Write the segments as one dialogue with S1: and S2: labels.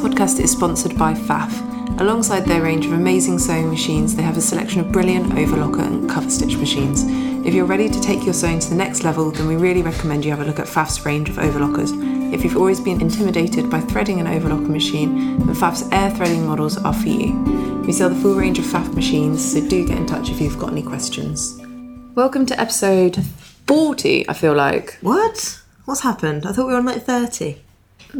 S1: podcast is sponsored by FAF. Alongside their range of amazing sewing machines, they have a selection of brilliant overlocker and cover stitch machines. If you're ready to take your sewing to the next level, then we really recommend you have a look at FAF's range of overlockers. If you've always been intimidated by threading an overlocker machine, then FAF's air threading models are for you. We sell the full range of FAF machines, so do get in touch if you've got any questions. Welcome to episode 40, I feel like.
S2: What? What's happened? I thought we were on like 30. Are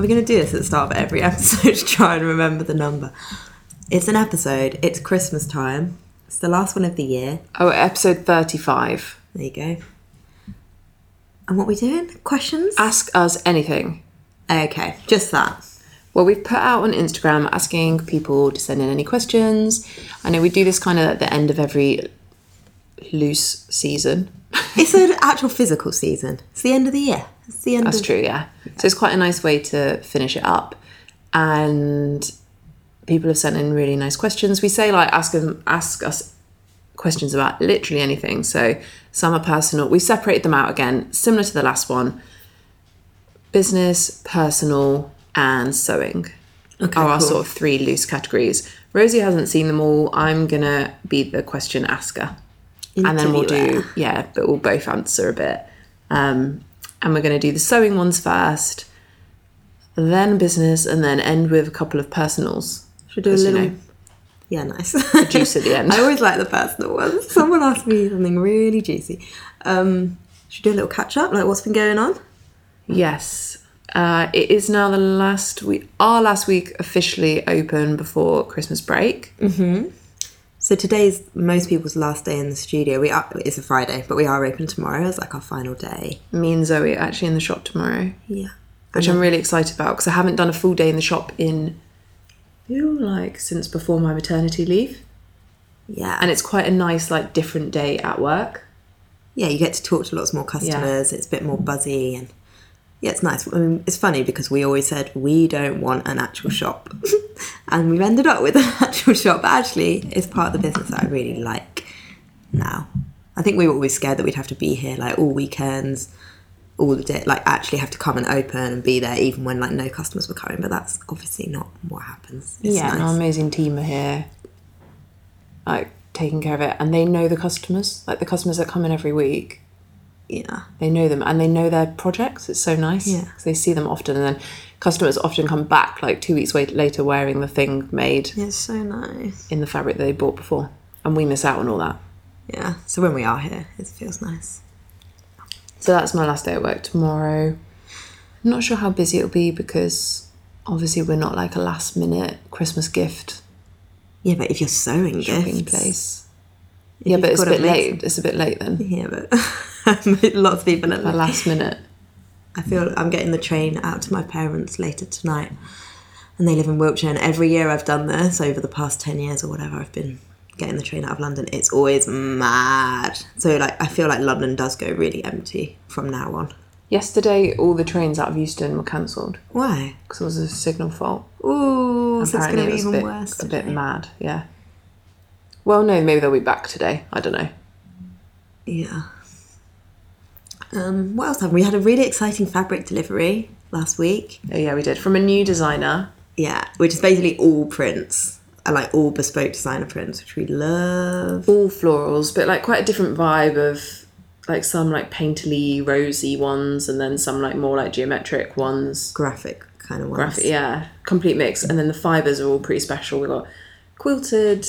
S2: we going to do this at the start of every episode to try and remember the number? It's an episode. It's Christmas time. It's the last one of the year.
S1: Oh, episode 35.
S2: There you go. And what are we doing? Questions?
S1: ask us anything.
S2: Okay, just that.
S1: Well, we've put out on Instagram asking people to send in any questions. I know we do this kind of at the end of every loose season.
S2: It's an actual physical season. It's the end of the year. It's the end
S1: That's
S2: of
S1: true, yeah. So it's quite a nice way to finish it up. And people have sent in really nice questions. We say like ask them ask us questions about literally anything. So some are personal. We separated them out again, similar to the last one. Business, personal, and sewing.
S2: Okay,
S1: are our
S2: cool.
S1: sort of three loose categories. Rosie hasn't seen them all. I'm gonna be the question asker, and then we'll do
S2: Interviewer.
S1: yeah, but we'll both answer a bit. Um, and we're gonna do the sewing ones first, then business, and then end with a couple of personals.
S2: Should we do a
S1: As you
S2: little.
S1: know.
S2: Yeah, nice.
S1: juice at the end.
S2: I always like the personal ones. Someone asked me something really juicy. Um, should we do a little catch up? Like what's been going on?
S1: Yes. Uh, it is now the last week, our last week officially open before Christmas break.
S2: So today's most people's last day in the studio. We are, it's a Friday, but we are open tomorrow as like our final day.
S1: Me and Zoe are actually in the shop tomorrow.
S2: Yeah.
S1: which I'm really excited about because I haven't done a full day in the shop in I feel like since before my maternity leave,
S2: Yeah.
S1: and it's quite a nice like different day at work.
S2: yeah, you get to talk to lots more customers. It's a bit more buzzy and yeah, it's nice. I mean, it's funny because we always said we don't want an actual shop, and we've ended up with an actual shop. But actually, it's part of the business that I really like now. I think we were always scared that we'd have to be here like all weekends, all the day, like actually have to come and open and be there even when like no customers were coming. But that's obviously not what happens. It's
S1: and our
S2: nice.
S1: amazing team are here, like taking care of it, and they know the customers, like the customers that come in every week.
S2: yeah,
S1: They know them and they know their projects. It's so nice.
S2: Yeah.
S1: 'cause they see them often, and then customers often come back like two weeks wait- later wearing the thing made
S2: yeah, it's so nice.
S1: in the fabric that they bought before, and we miss out on all that.
S2: Yeah, so when we are here, it feels nice.
S1: So that's my last day at work tomorrow. I'm not sure how busy it'll be because obviously we're not like a last minute Christmas gift
S2: Yeah, but if you're sewing
S1: shopping
S2: gifts,
S1: place. yeah, but it's a
S2: gotta
S1: bit
S2: make
S1: late. It's a bit late then.
S2: Yeah, but lots of people. Are
S1: A
S2: like,
S1: last minute.
S2: I feel I'm getting the train out to my parents later tonight, and they live in Wiltshire. And every year I've done this over the past ten years or whatever, I've been getting the train out of London. It's always mad. So like, I feel like London does go really empty from now on.
S1: Yesterday, all the trains out of Euston were cancelled
S2: Why?
S1: because it was a signal fault.
S2: Ooh, so it's
S1: Apparently,
S2: gonna
S1: it
S2: be
S1: was a
S2: even
S1: bit,
S2: worse.
S1: a
S2: today.
S1: bit mad. Yeah. Well, no, maybe they'll be back today. I don't know.
S2: Yeah. Um, what else happened? We had a really exciting fabric delivery last week.
S1: Oh yeah, we did from a new designer.
S2: Yeah, which is basically all prints. I like all bespoke designer prints, which we love.
S1: all florals, but like quite a different vibe of like some like painterly rosy ones and then some like more like geometric ones.
S2: Graphic kind of ones.
S1: Graphic, yeah, complete mix. And then the fibres are all pretty special. We've got quilted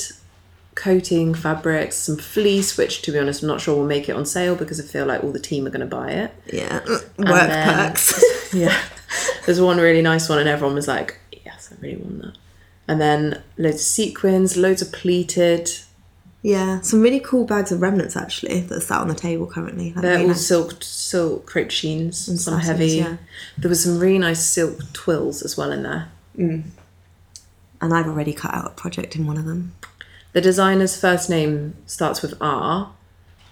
S1: coating fabrics, some fleece, which to be honest, I'm not sure will make it on sale because I feel like all the team are going to buy it.
S2: Yeah. Work
S1: then-
S2: perks.
S1: Yeah. There's one really nice one, and everyone was like, yes, I really want that. And then loads of sequins, loads of pleated.
S2: yeah. Some really cool bags of remnants actually that are sat on the table currently. Like,
S1: They're
S2: really
S1: all
S2: nice.
S1: silk, silk crepe sheens, some
S2: satins,
S1: heavy.
S2: yeah.
S1: There was some really nice silk twills as well in there.
S2: And I've already cut out a project in one of them.
S1: The designer's first name starts with R,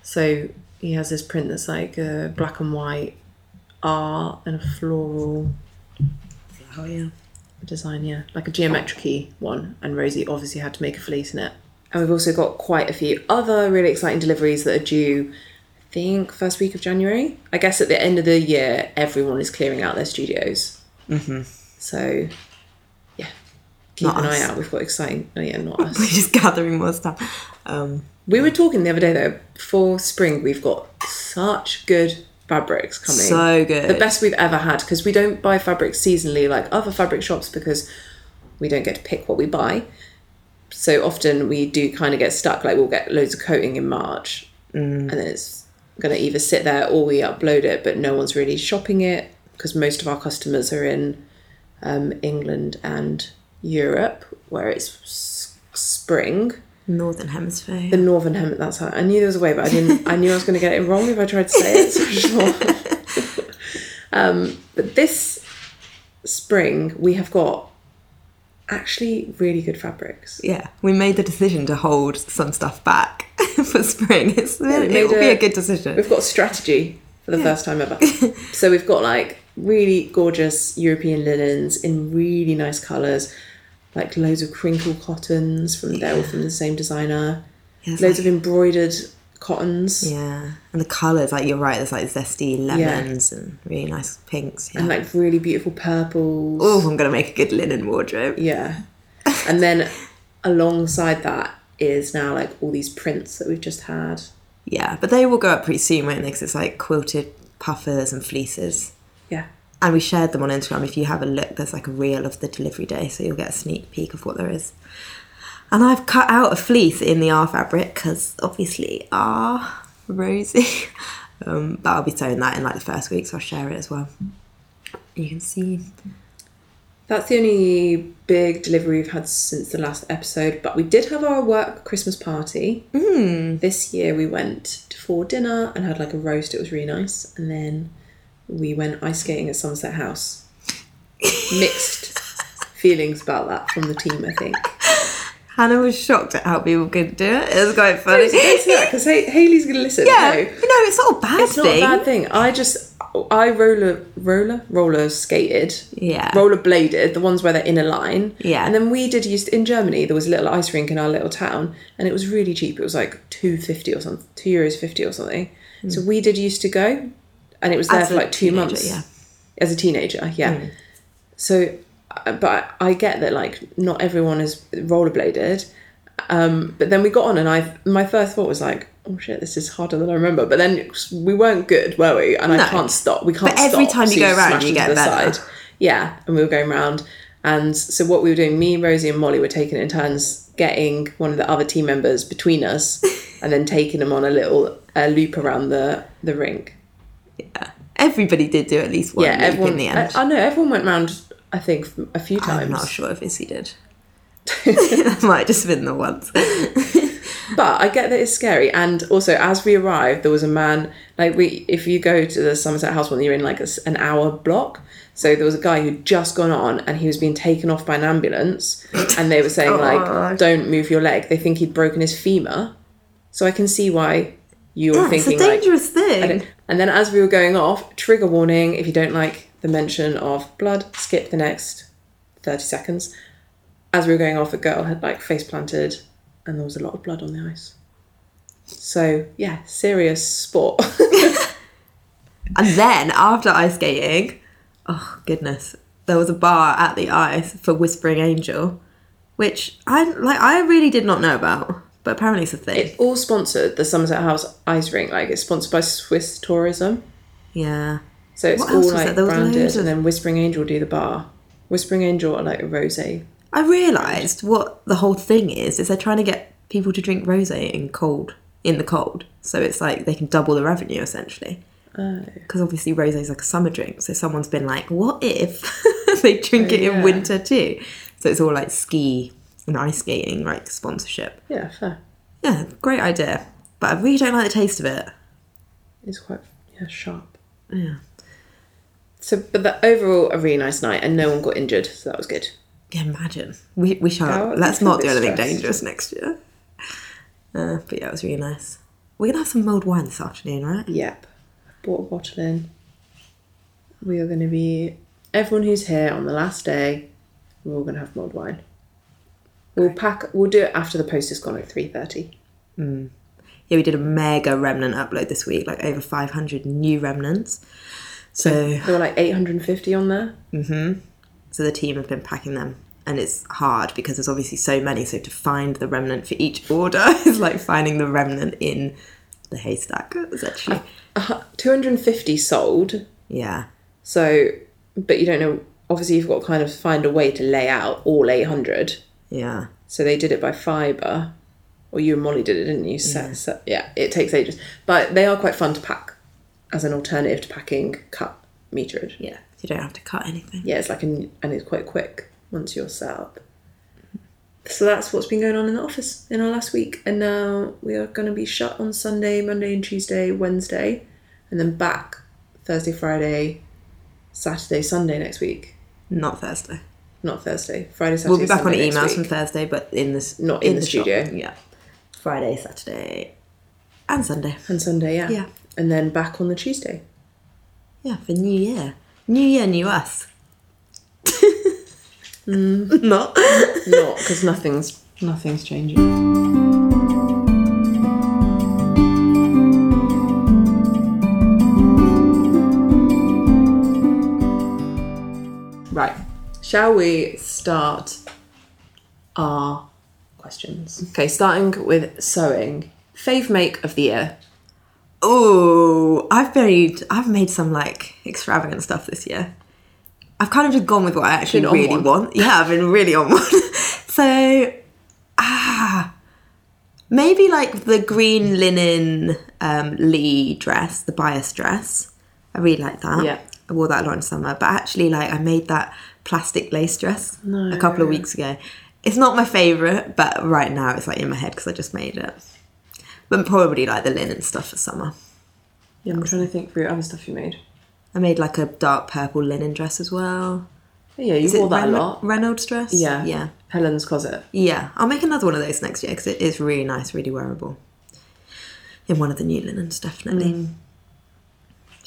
S1: so he has this print that's like a black and white R and a floral
S2: Oh yeah.
S1: design, yeah, like a geometric one. And Rosie obviously had to make a fleece in it. And we've also got quite a few other really exciting deliveries that are due. I think first week of January. I guess at the end of the year, everyone is clearing out their studios. So, yeah, keep
S2: Mm-hmm. Not
S1: an
S2: us.
S1: eye out. We've got exciting. Oh yeah, not
S2: We're
S1: us.
S2: just gathering more stuff. Um,
S1: we were talking the other day though. For spring, we've got such good fabrics coming.
S2: so good.
S1: the best we've ever had because we don't buy fabric seasonally like other fabric shops because we don't get to pick what we buy. So often we do kind of get stuck. Like we'll get loads of coating in March, and then it's going to either sit there or we upload it, but no one's really shopping it because most of our customers are in um, England and Europe where it's s- spring.
S2: Northern Hemisphere.
S1: The northern hem. That's how I knew there was a way, but I didn't. I knew I was going to get it wrong if I tried to say it. So sure. um, but this spring we have got actually really good fabrics.
S2: yeah, we made the decision to hold some stuff back for spring. It's,
S1: we
S2: it will
S1: made
S2: be
S1: a-
S2: a good decision.
S1: We've got strategy for the first time ever. so we've got like really gorgeous European linens in really nice colours, like loads of crinkle cottons from they're all from the same designer.
S2: Yeah, it's
S1: loads of embroidered cottons.
S2: Yeah, and the colours, like you're right, there's like zesty lemons and really nice pinks. Yeah.
S1: And like really beautiful purples.
S2: oh, I'm gonna make a good linen wardrobe.
S1: Yeah. And then alongside that is now like all these prints that we've just had.
S2: Yeah, but they will go up pretty soon, won't they? 'Cause it's like quilted puffers and fleeces.
S1: Yeah.
S2: And we shared them on Instagram. If you have a look, there's like a reel of the delivery day, so you'll get a sneak peek of what there is. And I've cut out a fleece in the R fabric because obviously R, rosy. um, but I'll be sewing that in like the first week, so I'll share it as well. You can see
S1: That's the only big delivery we've had since the last episode, but we did have our work Christmas party. Mm. This year we went for dinner and had like a roast, it was really nice. And then we went ice skating at Somerset House. Mixed feelings about that from the team, I think.
S2: Hannah was shocked at how people could do it. It was quite funny.
S1: Because Haley's going to listen.
S2: yeah,
S1: no.
S2: no, it's not a bad
S1: It's not
S2: thing.
S1: a bad thing. I just I roller roller roller skated.
S2: Yeah.
S1: Roller bladed, the ones where they're in a line.
S2: Yeah.
S1: And then we did used in Germany there was a little ice rink in our little town and it was really cheap. It was like two fifty or something two euros fifty or something. So we did used to go and it was there
S2: Hmm. As
S1: for
S2: a
S1: like two
S2: teenager,
S1: months.
S2: yeah. Hmm.
S1: As a teenager, yeah. So uh, but I get that like not everyone is rollerbladed. Um, but then we got on, and I my first thought was like, "Oh shit, this is harder than I remember." But then we weren't good, were we? And
S2: No.
S1: I can't stop. We can't.
S2: But every
S1: stop,
S2: time you
S1: so
S2: go around,
S1: smash
S2: you
S1: into
S2: get
S1: the
S2: better.
S1: Yeah, and we were going round, and so what we were doing, me, Rosie, and Molly were taking it in turns getting one of the other team members between us, and then taking them on a little uh, loop around the the rink.
S2: Everybody did do at least one
S1: Yeah,
S2: leap
S1: everyone.
S2: in the end.
S1: I, I know everyone went round. I think a few times.
S2: I'm not sure if Izzy did. that might have just been the ones.
S1: But I get that it's scary, and also as we arrived, there was a man like we. If you go to the Somerset House one, you're in like a s an hour block. So there was a guy who'd just gone on, and he was being taken off by an ambulance, and they were saying like, "Don't move your leg." They think he'd broken his femur. So I can see why you were
S2: Yeah, it's a
S1: thinking like,
S2: dangerous thing.
S1: and then as we were going off, trigger warning if you don't like the mention of blood, skip the next 30 seconds. As we were going off, a girl had like face planted and there was a lot of blood on the ice. So, yeah, serious sport.
S2: And then after ice skating, oh goodness, there was a bar at the ice for Whispering Angel, which I like. I really did not know about, but apparently it's a thing.
S1: it's all sponsored, the Somerset House ice rink. Like, it's sponsored by Swiss Tourism.
S2: yeah,
S1: So it's
S2: What else
S1: all
S2: was there?
S1: like
S2: There was
S1: branded.
S2: loads of-
S1: And then Whispering Angel do the bar. Whispering Angel are like a rose. Yeah,
S2: I realised what the whole thing is is they're trying to get people to drink rosé in cold in the cold, so it's like they can double the revenue essentially.
S1: Oh.
S2: Because obviously rosé is like a summer drink, so someone's been like, "What if they drink it
S1: Oh, yeah.
S2: in winter too?" So it's all like ski and ice skating, like sponsorship.
S1: fair.
S2: Yeah, great idea, but I really don't like the taste of it.
S1: It's quite yeah, sharp.
S2: Yeah,
S1: So, but the overall, a really nice night, and no one got injured, so that was good.
S2: yeah imagine we we shall
S1: Oh,
S2: let's
S1: I'm a
S2: not do
S1: bit
S2: anything
S1: stressed.
S2: dangerous next year. Uh, but yeah, it was really nice. We're gonna have some mulled wine this afternoon, right?
S1: Yep. Bought a bottle in. We are going to be, everyone who's here on the last day, we're all going to have mulled wine. We'll pack, we'll do it after the post has gone at 3.30.
S2: yeah, we did a mega remnant upload this week, like over 500 new remnants. So
S1: There were like 850 on there.
S2: So the team have been packing them. And it's hard because there's obviously so many. So to find the remnant for each order is like finding the remnant in the haystack, essentially.
S1: Uh, 250 sold.
S2: Yeah.
S1: So, but you don't know. Obviously, you've got to kind of find a way to lay out all 800.
S2: Yeah.
S1: So they did it by fiber, or you and Molly did it, didn't you? So, yeah. So, yeah, it takes ages, but they are quite fun to pack as an alternative to packing cut metered.
S2: Yeah. You don't have to cut anything.
S1: Yeah, it's like an, and it's quite quick once you're set up. So that's what's been going on in the office in our last week, and now we are going to be shut on Sunday, Monday, and Tuesday, Wednesday, and then back Thursday, Friday, Saturday, Sunday next week.
S2: Not Thursday.
S1: Not Thursday, Friday, Saturday.
S2: We'll be back
S1: Sunday
S2: on
S1: next
S2: emails
S1: week.
S2: from Thursday, but in this
S1: Not in the
S2: shop.
S1: studio.
S2: Yeah. Friday, Saturday, and Sunday.
S1: and Sunday, yeah.
S2: Yeah.
S1: And then back on the Tuesday.
S2: Yeah, for New Year. New Year, new us. Not.
S1: Not because nothing's nothing's changing. Right. Shall we start our questions? Okay, starting with sewing. Fave make of the year.
S2: Oh, I've made I've made some like extravagant stuff this year. I've kind of just gone with what I actually
S1: Been on
S2: really
S1: one.
S2: want. Yeah, I've been really on one. so, ah, maybe like the green linen um, Lee dress, the bias dress. I really like that.
S1: Yeah.
S2: I wore that a lot in summer, but actually, like, I made that plastic lace dress a couple
S1: Oh,
S2: of weeks ago. It's not my favorite, but right now it's like in my head because I just made it. But probably like the linen stuff for summer.
S1: Yeah, I'm trying to think through other stuff you made.
S2: I made like a dark purple linen dress as well.
S1: Yeah, you
S2: Is it
S1: wore that
S2: Ren-
S1: a lot.
S2: Reynolds dress?
S1: Yeah.
S2: Yeah.
S1: Helen's closet.
S2: Yeah. I'll make another one of those next year because it is really nice, really wearable. In one of the new linens, definitely.
S1: Mm.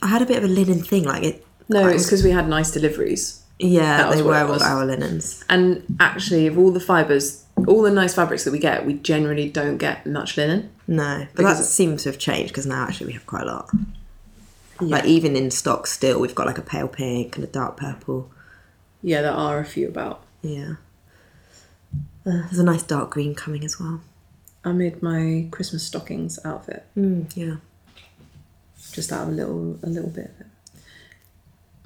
S2: I had a bit of a linen thing, like it.
S1: No,
S2: I
S1: it's
S2: was-
S1: because we had nice deliveries. that
S2: Yeah,
S1: was
S2: they
S1: what it
S2: were all
S1: was.
S2: our linens.
S1: And actually, of all the fibres, all the nice fabrics that we get, we generally don't get much linen.
S2: No, but
S1: Because
S2: that
S1: it-
S2: seems to have changed because now actually we have quite a lot. Like even in stock still, we've got like a pale pink and a dark purple.
S1: Yeah, there are a few about.
S2: Yeah. Uh, there's a nice dark green coming as well.
S1: I made my Christmas stockings outfit
S2: Mm, yeah.
S1: just out of a little, a little bit of it.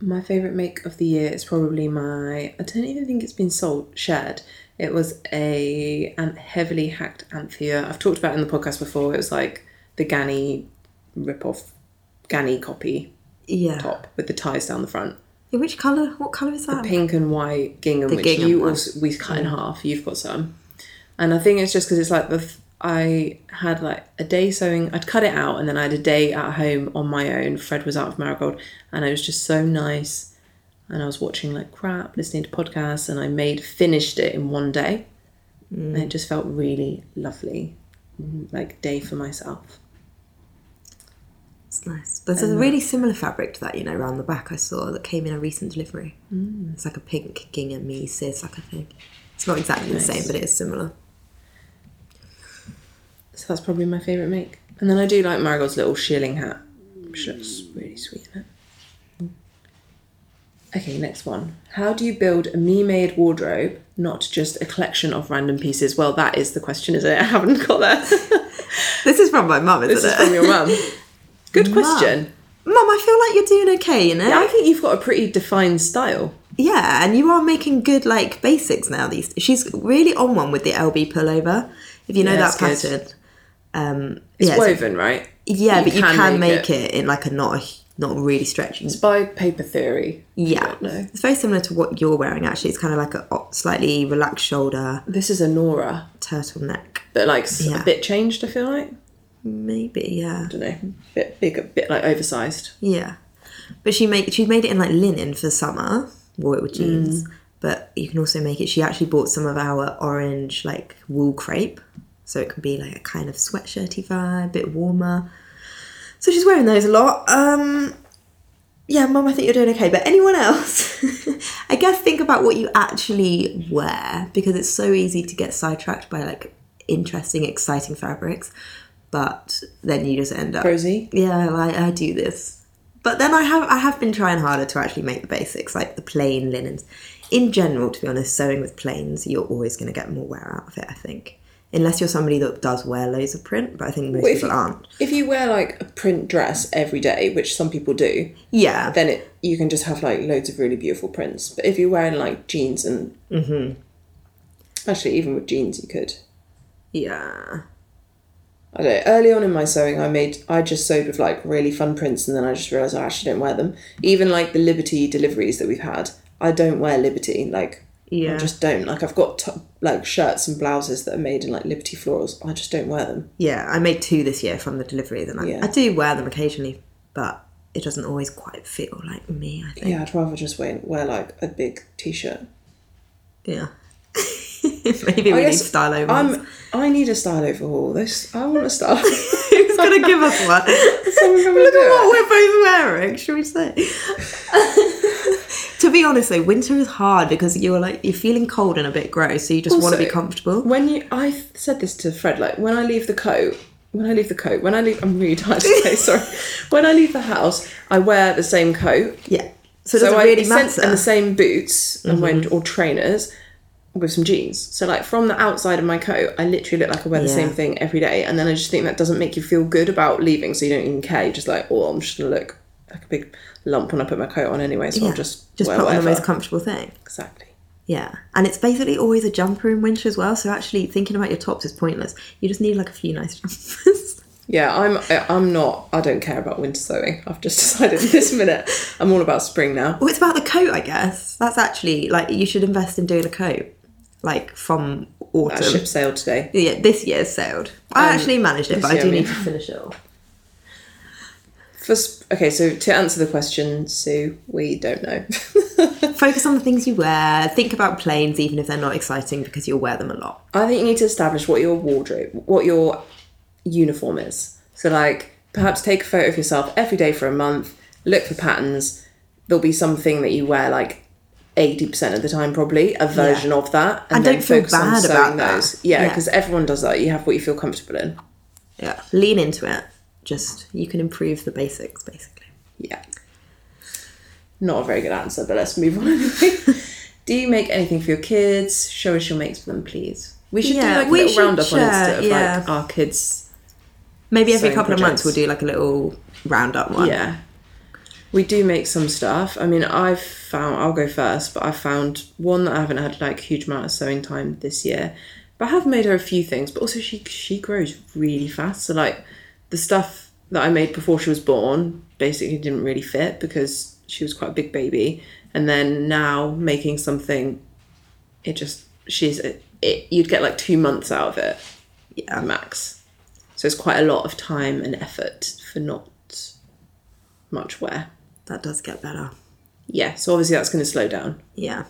S1: My favourite make of the year is probably my. I don't even think it's been sold shared. It was a an heavily hacked anthea. I've talked about it in the podcast before. It was like the Ganny rip-off, Ganny copy
S2: Yeah.
S1: top with the ties down the front.
S2: Yeah, Which colour? What colour is that?
S1: pink and white gingham, which
S2: Um, gingham
S1: you
S2: one.
S1: also we cut in half. You've got some, and I think it's just because it's like the th- I had like a day sewing. I'd cut it out, and then I had a day at home on my own. Fred was out of Marigold, and it was just so nice. And I was watching like crap, listening to podcasts, and I made finished it in one day, and
S2: Mm.
S1: it just felt really lovely, mm, like day for myself.
S2: It's nice. There's a really similar fabric to that, you know, around the back I saw that came in a recent delivery.
S1: Hmm.
S2: Mm. It's like a pink gingham me sis, like I think. It's not exactly the same, but it is similar.
S1: So that's probably my favourite make. And then I do like Marigold's little shearling hat. She looks really sweet in it. Okay, next one. How do you build a me-made wardrobe, not just a collection of random pieces? Well, that is the question, isn't it? I haven't got there.
S2: This is from my mum, isn't
S1: this
S2: it?
S1: is from your mum. Good
S2: Mum.
S1: question.
S2: Mum, I feel like you're doing okay, you know?
S1: I think you've got a pretty defined style.
S2: Yeah, and you are making good like basics now. These she's really on one with the LB pullover. If you know
S1: Yeah,
S2: that
S1: it's good.
S2: pattern, um,
S1: It's
S2: yeah, it's-
S1: woven, right?
S2: yeah, but you can make, it. in like a not a, hu- not really stretchy.
S1: It's by paper theory.
S2: Yeah,
S1: know.
S2: it's very similar to what you're wearing. Actually, it's kind of like a o- slightly relaxed shoulder
S1: This is a Nora,
S2: turtleneck.
S1: but like s a
S2: Yeah.
S1: a bit changed, I feel like.
S2: Maybe yeah,
S1: don't know, bit big, a bit like oversized.
S2: yeah. But she make she made it in like linen for summer. Wore it with jeans. But you can also make it. She actually bought some of our orange like wool crepe, so it can be like a kind of sweatshirty vibe, a bit warmer. So she's wearing those a lot. Um, yeah, Mum, I think you're doing okay. But anyone else, I guess think about what you actually wear because it's so easy to get sidetracked by like interesting, exciting fabrics. But then you just end up
S1: Rosie?
S2: yeah like i do this but then i have i have been trying harder to actually make the basics like the plain linens in general, to be honest, sewing with planes, you're always going to get more wear out of it, I think. Unless you're somebody that does wear loads of print, but I think most
S1: Well, if
S2: people
S1: you-
S2: aren't.
S1: If you wear like a print dress every day, which some people do,
S2: Yeah.
S1: then it you can just have like loads of really beautiful prints. But if you're wearing like jeans and especially even with jeans, you could.
S2: yeah.
S1: I don't know. Early on in my sewing, I made I just sewed with like really fun prints, and then I just realized I actually don't wear them. Even like the Liberty deliveries that we've had, I don't wear Liberty. Like I
S2: Yeah.
S1: just don't. Like I've got t- like shirts and blouses that are made in like Liberty florals. I just don't wear them.
S2: Yeah. I made two this year from the deliveries, and I,
S1: Yeah.
S2: I do wear them occasionally, but it doesn't always quite feel like me, I think.
S1: Yeah, I'd rather just wear, wear like a big t-shirt.
S2: Yeah. Maybe we
S1: I
S2: need
S1: guess
S2: style over.
S1: I'm. I need a style overhaul. This I want a style.
S2: Who's going to give us one?
S1: Someone come and
S2: Look
S1: do
S2: at
S1: it.
S2: what we're both wearing, should we say? to be honest though, winter is hard because you're like you're feeling cold and a bit gross, so you just want to
S1: Also-
S2: be comfortable.
S1: When you, I said this to Fred. Like when I leave the coat, when I leave the coat, when I leave, I'm really tired today. sorry. When I leave the house, I wear the same coat.
S2: Yeah. So it doesn't really
S1: sen-
S2: matter. Mm-hmm.
S1: and the same boots and when or trainers with some jeans. So like from the outside of my coat, I literally look like I wear the
S2: Yeah.
S1: same thing every day. And then I just think that doesn't make you feel good about leaving, so you don't even care. You're just like, oh, I'm just gonna look like a big lump when I put my coat on anyway. So
S2: yeah.
S1: I'll just
S2: just
S1: wear
S2: put on
S1: whatever.
S2: the most comfortable thing.
S1: exactly.
S2: Yeah. And it's basically always a jumper in winter as well, so actually thinking about your tops is pointless. You just need like a few nice jumpers.
S1: Yeah, I'm. I- I'm not. I don't care about winter sewing. I've just decided this minute. I'm all about spring now.
S2: Well, it's about the coat, I guess. That's actually like you should invest in doing a coat, like from
S1: That
S2: autumn.
S1: ship sailed today.
S2: Yeah, this year's sailed. I actually managed it, but I
S1: year,
S2: do
S1: I
S2: need
S1: mean.
S2: to finish it. all.
S1: For sp- okay, so to answer the question, Sue, we don't know.
S2: Focus on the things you wear. Think about planes, even if they're not exciting, because you'll wear them a lot.
S1: I think you need to establish what your wardrobe, what your uniform is. So like, perhaps take a photo of yourself every day for a month. Look for patterns. There'll be something that you wear like. 80% of the time probably a version of that
S2: And don't feel bad
S1: sewing
S2: about that.
S1: yeah
S2: Yeah.
S1: because everyone does that you have what you feel comfortable in
S2: Yeah, lean into it. Just you can improve the basics, basically.
S1: Yeah. Not a very good answer, but let's move on anyway. do you make anything for your kids? Show us your makes for them, please. We should
S2: Yeah,
S1: do like a
S2: we
S1: little
S2: should
S1: roundup on
S2: share,
S1: Insta of
S2: yeah.
S1: like our kids.
S2: Maybe every
S1: Sewing
S2: couple of months
S1: projects.
S2: we'll do like a little roundup one.
S1: Yeah. We do make some stuff. I mean, I've found, I'll go first, but I've found one that I haven't had like huge amount of sewing time this year. But I have made her a few things, but also she she grows really fast. So like the stuff that I made before she was born basically didn't really fit because she was quite a big baby. And then now making something, it just she's it you'd get like two months out of it
S2: Yeah.
S1: max. So it's quite a lot of time and effort for not much wear.
S2: that does get better.
S1: Yeah, so obviously that's going to slow down.
S2: Yeah,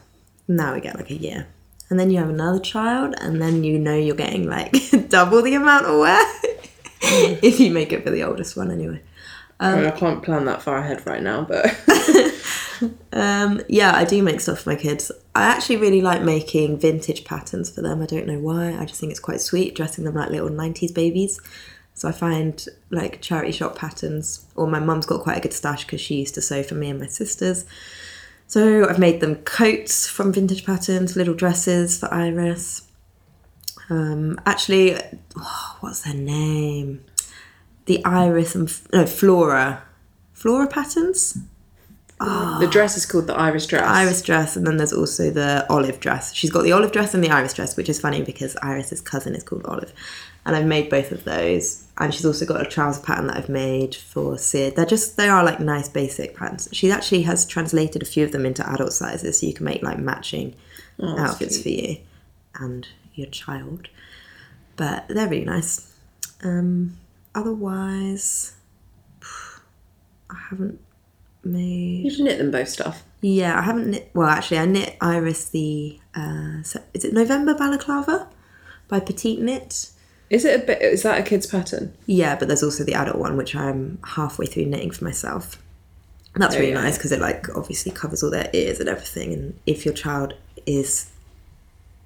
S2: now we get like a year, and then you have another child, and then you know you're getting like double the amount of wear
S1: Mm.
S2: if you make it for the oldest one, anyway.
S1: I, mean, I can't plan that far ahead right now, but
S2: Um, yeah, I do make stuff for my kids. I actually really like making vintage patterns for them. I don't know why. I just think it's quite sweet dressing them like little 90s babies. So I find like charity shop patterns, or my mum's got quite a good stash because she used to sew for me and my sisters. So I've made them coats from vintage patterns, little dresses for Iris. Um, actually, what's her name? The Iris and F- no, Flora. Flora patterns?
S1: the dress is called the Iris dress.
S2: Iris dress, and then there's also the olive dress. She's got the olive dress and the Iris dress, which is funny because Iris's cousin is called Olive. And I've made both of those. And she's also got a trouser pattern that I've made for Sid. They're just, they are like nice basic patterns. She actually has translated a few of them into adult sizes so you can make like matching outfits for you and your child. But they're really nice. Um, otherwise, I haven't made.
S1: You should knit them both stuff.
S2: Yeah, I haven't knit. Well, actually, I knit Iris the. Uh, se- is it November balaclava by Petite Knit?
S1: Is it a bit? Is that a kid's pattern?
S2: Yeah, but there's also the adult one, which I'm halfway through knitting for myself. And that's really
S1: yeah.
S2: nice because it like obviously covers all their ears and everything. And if your child is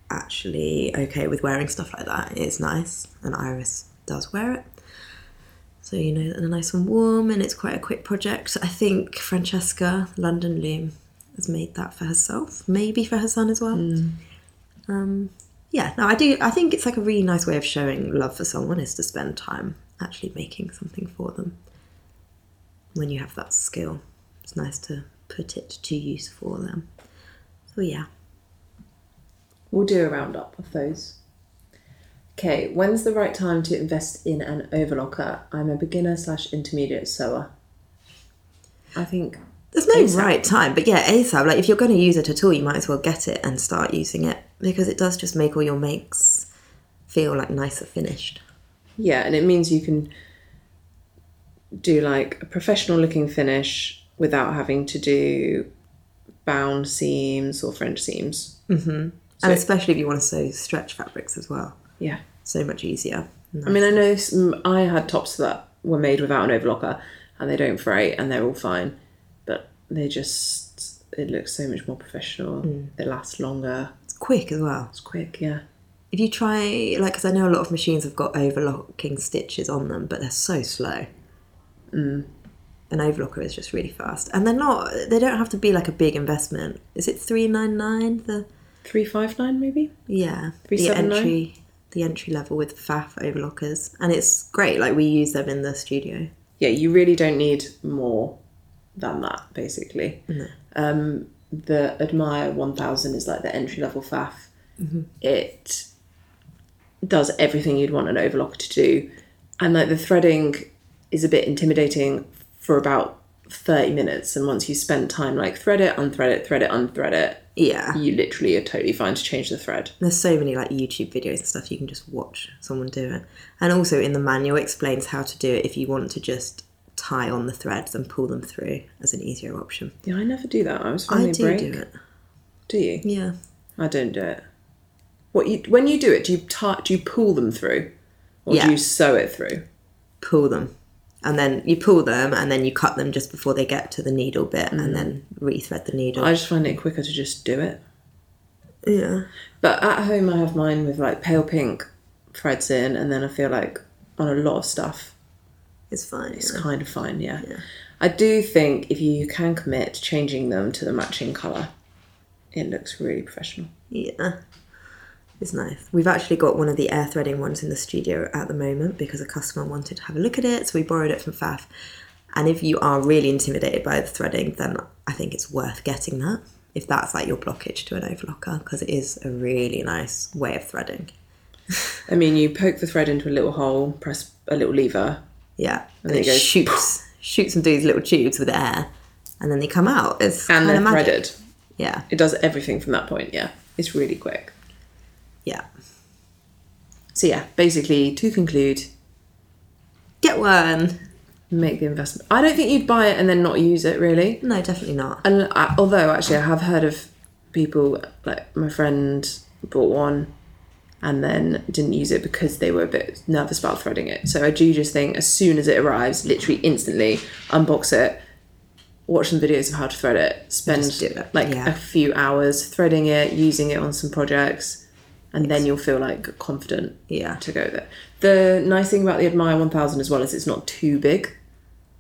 S2: actually okay with wearing stuff like that, it's nice. And Iris does wear it. So you know that they're nice and warm, and it's quite a quick project. I think Francesca London Loom has made that for herself, maybe for her son as well. Um, yeah, no, I do. I think it's like a really nice way of showing love for someone is to spend time actually making something for them. When you have that skill, it's nice to put it to use for them. So yeah,
S1: We'll do a roundup of those. Okay, when's the right time to invest in an overlocker? I'm a beginner slash intermediate sewer. I think
S2: there's no
S1: ASAP.
S2: right time, but yeah, ASAP. Like if you're going to use it at all, you might as well get it and start using it because it does just make all your makes feel like nicer finished.
S1: Yeah, and it means you can do like a professional looking finish without having to do bound seams or French seams.
S2: and especially if you want to sew stretch fabrics as well,
S1: Yeah.
S2: so much easier.
S1: I mean, I know some, I had tops that were made without an overlocker and they don't fray and they're all fine, but they just, it looks so much more professional. They last longer.
S2: It's quick as well.
S1: It's quick, yeah.
S2: If you try, like, because I know a lot of machines have got overlocking stitches on them, but they're so slow. Mm. An overlocker is just really fast, and they're not. They don't have to be like a big investment. Is it three nine nine? The
S1: 359 maybe?
S2: yeah, the
S1: 379?
S2: entry, the entry level with FAF overlockers, and it's great. Like we use them in the studio.
S1: yeah, you really don't need more than that, basically. Um, the Admire 1000 is like the entry level faff. Mm-hmm. It does everything you'd want an overlocker to do. And like the threading is a bit intimidating for about 30 minutes. And once you spend time like thread it, unthread it, thread it, unthread it,
S2: Yeah,
S1: you literally are totally fine to change the thread.
S2: There's so many like YouTube videos and stuff you can just watch someone do it. And also in the manual it explains how to do it if you want to just tie on the threads and pull them through as an easier option.
S1: Yeah, I never do that. I was
S2: I
S1: finally
S2: do
S1: break.
S2: do it.
S1: Do you?
S2: Yeah.
S1: I don't do it. What you when you do it? Do you ti do you pull them through, or
S2: Yeah.
S1: do you sew it through?
S2: Pull them. And then you pull them and then you cut them just before they get to the needle bit and then rethread the needle.
S1: I just find it quicker to just do it.
S2: yeah.
S1: But at home, I have mine with like pale pink threads in, and then I feel like on a lot of stuff,
S2: It's fine.
S1: it's
S2: yeah.
S1: kind of fine. Yeah. I do think if you can commit to changing them to the matching color, it looks really professional.
S2: Yeah. It's nice. We've actually got one of the air threading ones in the studio at the moment because a customer wanted to have a look at it, so we borrowed it from Faf. And if you are really intimidated by the threading, then I think it's worth getting that if that's like your blockage to an overlocker because it is a really nice way of threading.
S1: I mean, you poke the thread into a little hole, press a little lever.
S2: Yeah. And, it,
S1: it goes
S2: shoots shoots into these little tubes with air and then they come out. It's
S1: And
S2: kinda
S1: they're
S2: magic.
S1: threaded.
S2: Yeah.
S1: It does everything from that point, yeah. It's really quick.
S2: Yeah.
S1: So yeah, basically to conclude,
S2: Get one.
S1: make the investment. I don't think you'd buy it and then not use it really.
S2: No, definitely not.
S1: And I, although actually I have heard of people like my friend bought one and then didn't use it because they were a bit nervous about threading it. So I do just think as soon as it arrives, literally instantly unbox it, watch some videos of how to thread it, spend
S2: Just do it,
S1: like
S2: yeah.
S1: a few hours threading it, using it on some projects, and then you'll feel like confident
S2: Yeah.
S1: to go there. The nice thing about the Admire 1000 as well is it's not too big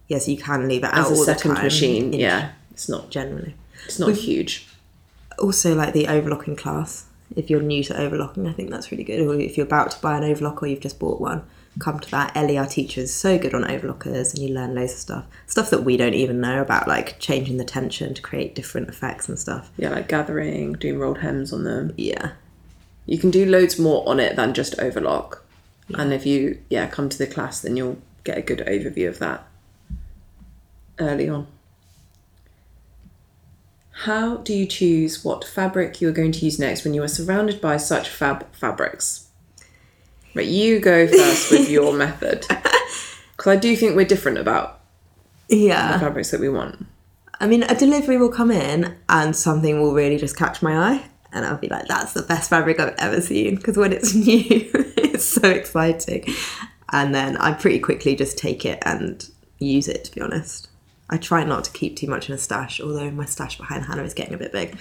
S2: Yes, you can leave it out
S1: as a
S2: all
S1: second
S2: the time
S1: machine.
S2: in-
S1: Yeah, it's not
S2: generally.
S1: it's not huge.
S2: also like the overlocking class if you're new to overlocking i think that's really good or if you're about to buy an overlock or you've just bought one come to that ellie our teacher is so good on overlockers and you learn loads of stuff stuff that we don't even know about like changing the tension to create different effects and stuff
S1: Yeah, like gathering, doing rolled hems on them.
S2: yeah
S1: You can do loads more on it than just overlock. And if you yeah come to the class, then you'll get a good overview of that early on. How do you choose what fabric you are going to use next when you are surrounded by such fab fabrics? But you go first with your method. Because I do think we're different about
S2: yeah
S1: fabrics that we want.
S2: I mean, a delivery will come in and something will really just catch my eye, and I'll be like, that's the best fabric I've ever seen because when it's new, it's so exciting. And then I pretty quickly just take it and use it, to be honest. I try not to keep too much in a stash, although my stash behind Hannah is getting a bit big.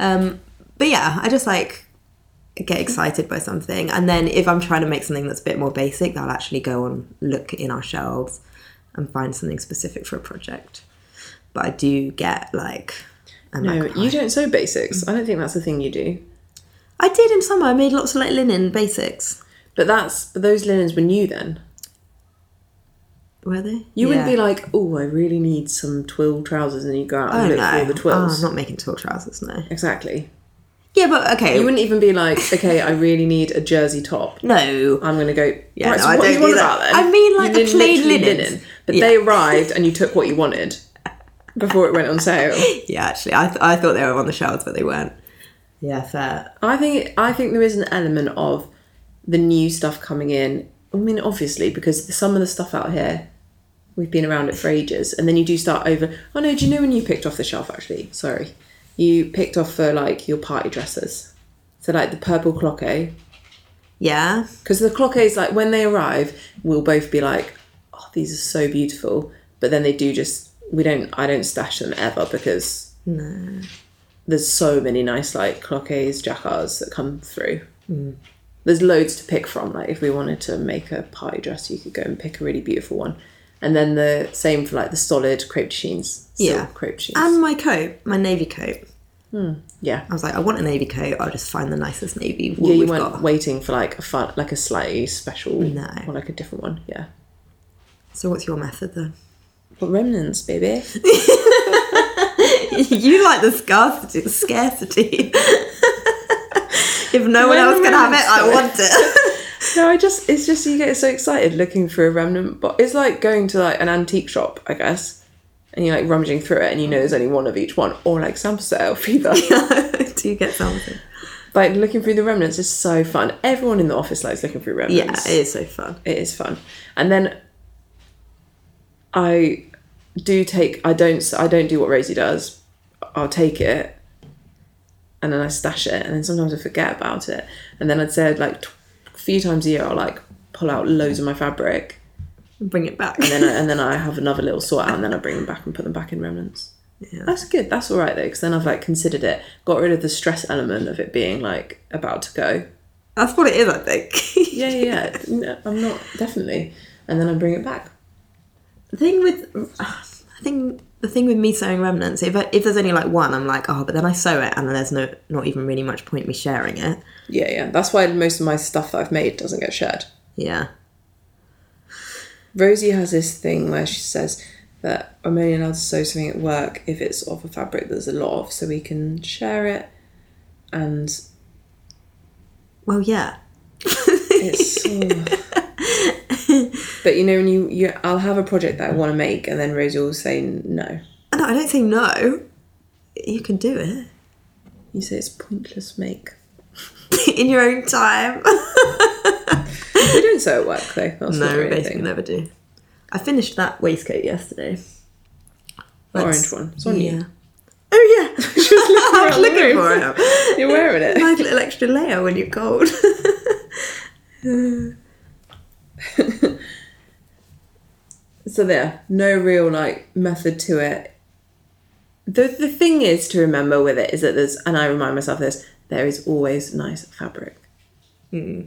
S2: Um, but yeah, I just like get excited by something and then if i'm trying to make something that's a bit more basic i'll actually go and look in our shelves and find something specific for a project but i do get like And
S1: No, Mm.
S2: macrame.
S1: you don't sew basics. I don't think that's the thing you do.
S2: I did in summer. I made lots of like linen basics.
S1: But that's but those linens were new then.
S2: Were they?
S1: You wouldn't
S2: Yeah.
S1: be like, oh, I really need some twill trousers, and you go out and
S2: Oh
S1: look
S2: no!
S1: for the
S2: oh, I'm
S1: twills.
S2: not making twill trousers no.
S1: Exactly.
S2: Yeah, but okay.
S1: You wouldn't even be like, okay, I really need a jersey top.
S2: no.
S1: I'm gonna go.
S2: Yeah,
S1: Yeah, right,
S2: no,
S1: so
S2: I
S1: what do
S2: don't
S1: you
S2: do
S1: want
S2: that.
S1: about then?
S2: I mean, like,
S1: You
S2: a plain
S1: literally
S2: linen.
S1: But
S2: Yeah.
S1: they arrived, and you took what you wanted before it went on sale.
S2: Yeah, actually, I, th- I thought they were on the shelves, but they weren't. Yeah, fair.
S1: I think I think there is an element of the new stuff coming in. I mean, obviously, because some of the stuff out here, we've been around it for ages, and then you do start over. Oh no, do you know when you picked off the shelf? Actually, sorry, you picked off for like your party dresses. So like the purple cloquet,
S2: Yeah,
S1: because the cloquets like when they arrive, we'll both be like, "Oh, these are so beautiful," but then they do just we don't. I don't stash them ever because there's so many nice like cloquets, jacquards that come through.
S2: Mm.
S1: There's loads to pick from. Like if we wanted to make a party dress, you could go and pick a really beautiful one. And then the same for like the solid crepe de chines. silk
S2: Yeah.
S1: crepe de chines.
S2: and my coat, my navy coat. Hmm,
S1: yeah.
S2: I was like, I want a navy coat. I'll just find the nicest navy wool
S1: Yeah, you
S2: we've
S1: weren't
S2: got.
S1: waiting for like a fun, like a slightly special,
S2: No.
S1: or like a different one. Yeah.
S2: So, what's your method then?
S1: But remnants, baby.
S2: you like the scarcity. scarcity. if no one
S1: When
S2: else
S1: the
S2: can have it,
S1: remnants
S2: I
S1: go.
S2: want it.
S1: No, I just it's just you get so excited looking for a remnant box. It's like going to like an antique shop, I guess, and you're like rummaging through it, and you know there's only one of each one, or like sample sale either.
S2: Do you get something?
S1: like looking through the remnants is so fun. Everyone in the office likes looking through
S2: Yeah,
S1: remnants.
S2: it is so fun.
S1: it is fun. And then I do take I don't I don't do what Rosie does. I'll take it and then I stash it and then sometimes I forget about it. And then I'd say like t- a few times a year I'll like pull out loads of my fabric
S2: Bring it back.
S1: and then I, and then I have another little sort out and then I bring them back and put them back in remnants.
S2: Yeah.
S1: That's good. That's all right though because then I've like considered it, got rid of the stress element of it being like about to go.
S2: That's what it is, I think.
S1: Yeah, yeah, yeah. No, I'm not definitely. And then I bring it back.
S2: The thing with, I think the thing with me sewing remnants, if I, if there's only like one, I'm like, oh, but then I sew it, and then there's no not even really much point me sharing it.
S1: Yeah, yeah. That's why most of my stuff that I've made doesn't get shared.
S2: Yeah,
S1: Rosie has this thing where she says that I'm only allowed to sew something at work if it's of a fabric there's a lot of, so we can share it. And
S2: well, yeah,
S1: it's. but you know, when you, you, I'll have a project that I want to make, and then Rosie will say no.
S2: and I don't say no. You can do it
S1: You say it's pointless make.
S2: in your own time.
S1: We don't sew at work though. That's
S2: no,
S1: not
S2: we
S1: really a
S2: basically
S1: thing.
S2: never do. I finished that waistcoat yesterday.
S1: The Orange
S2: That's-
S1: one. It's on
S2: Yeah.
S1: you.
S2: Oh yeah,
S1: Just look
S2: I was
S1: around the
S2: looking for
S1: room.
S2: it.
S1: You're wearing it.
S2: nice little extra layer when you're cold.
S1: So there, no real like method to it. The the thing is to remember with it is that there's and I remind myself this, there is always nice fabric. And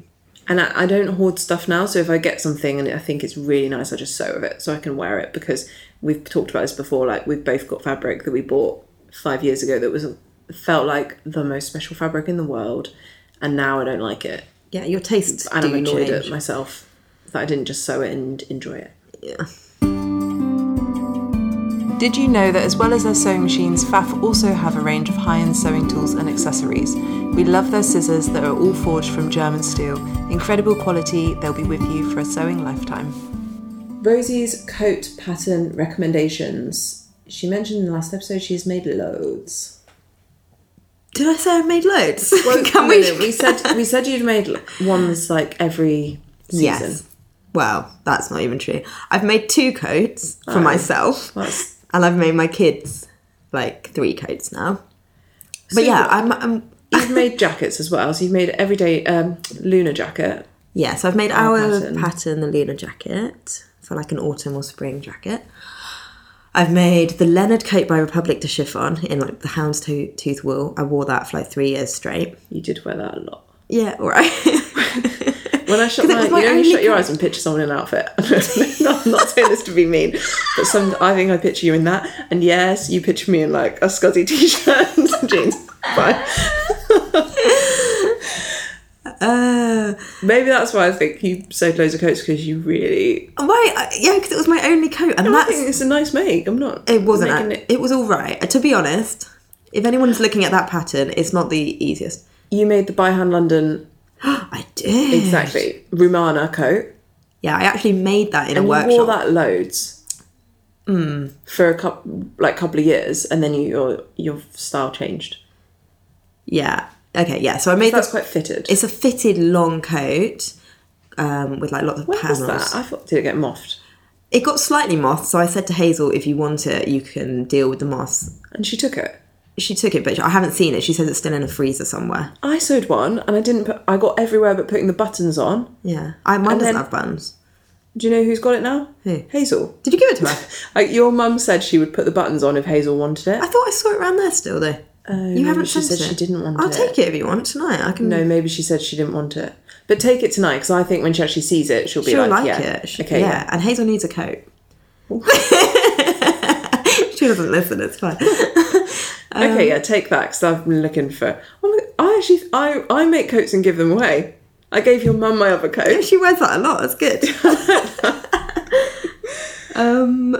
S1: I, I don't hoard stuff now, so if I get something and I think it's really nice, I just sew with it so I can wear it because we've talked about this before, like we've both got fabric that we bought five years ago that was felt like the most special fabric in the world and now I don't like it.
S2: yeah, your tastes
S1: And
S2: do
S1: I'm annoyed
S2: change.
S1: at myself that I didn't just sew it and enjoy it.
S2: yeah.
S3: Did you know that as well as their sewing machines, Faf also have a range of high end sewing tools and accessories? We love their scissors that are all forged from German steel. Incredible quality, they'll be with you for a sewing lifetime.
S1: Rosie's coat pattern recommendations. She mentioned in the last episode she's made loads.
S2: Did I say I made loads?
S1: No,
S2: Can we?
S1: no, we said we said you'd made ones like every season.
S2: Yes. Well, that's not even true. I've made two coats
S1: Oh.
S2: for myself,
S1: That's-
S2: and I've made my kids like three coats now. But
S1: So
S2: yeah,
S1: what-
S2: I'm, I'm
S1: You've made jackets as well. So you've made everyday um, Luna jacket.
S2: yeah. So I've made our pattern.
S1: pattern.
S2: the Luna jacket for like an autumn or spring jacket. I've made the Leonard coat by Republic de Chiffon in like the hound's to- tooth wool. I wore that for like three years straight.
S1: You did wear that a lot.
S2: Yeah, all right.
S1: When I shut
S2: 'Cause
S1: my,
S2: it was
S1: you
S2: my
S1: know, you
S2: only
S1: shut your eyes and picture someone in an outfit. no, I'm not saying this to be mean, but some I think I picture you in that, and yes, you picture me in like a scuzzy t-shirt and jeans. Bye.
S2: Uh,
S1: Maybe that's why I think you sewed loads of coats because you really.
S2: why? I- Yeah, because it was my only coat, and
S1: I
S2: that's
S1: think it's a nice make. I'm not.
S2: it wasn't.
S1: making
S2: It. it was all right. To be honest, if anyone's looking at that pattern, it's not the easiest.
S1: You made the By Hand London
S2: I did
S1: exactly Rumana coat.
S2: Yeah, I actually made that in a
S1: You
S2: workshop.
S1: wore that loads Hmm. for a couple, like couple of years, and then you, your your style changed.
S2: Yeah. Okay. Yeah. So I made
S1: That's
S2: this.
S1: quite fitted.
S2: It's a fitted long coat um, with like lots of
S1: When was
S2: panels.
S1: that? I thought did it get moffed,
S2: It got slightly moth, so I said to Hazel, "If you want it, you can deal with the moss."
S1: and she took it.
S2: She took it, but I haven't seen it. She says it's still in a freezer somewhere.
S1: I sewed one, and I didn't put. I got everywhere but putting the buttons on.
S2: Yeah, I, mine doesn't
S1: then-
S2: have buns.
S1: Do you know who's got it now?
S2: Who?
S1: Hazel.
S2: Did you give it to her?
S1: Like your mum said, she would put the buttons on if Hazel wanted it.
S2: I thought I saw it around there still, though. you
S1: Oh, maybe
S2: haven't
S1: she
S2: sent
S1: said
S2: it.
S1: she didn't want
S2: I'll
S1: it.
S2: take it if you want tonight. I can.
S1: no, maybe she said she didn't want it. But take it tonight because I think when she actually sees it, she'll be
S2: she'll
S1: like,
S2: like
S1: yeah,
S2: it. She-
S1: okay,
S2: yeah.
S1: yeah.
S2: and Hazel needs a coat. she doesn't listen. It's fine. Um,
S1: okay, yeah, take that because I've been looking for. Oh my, I actually, I, I make coats and give them away. I gave your mum my other coat.
S2: She wears that a lot. It's good. um,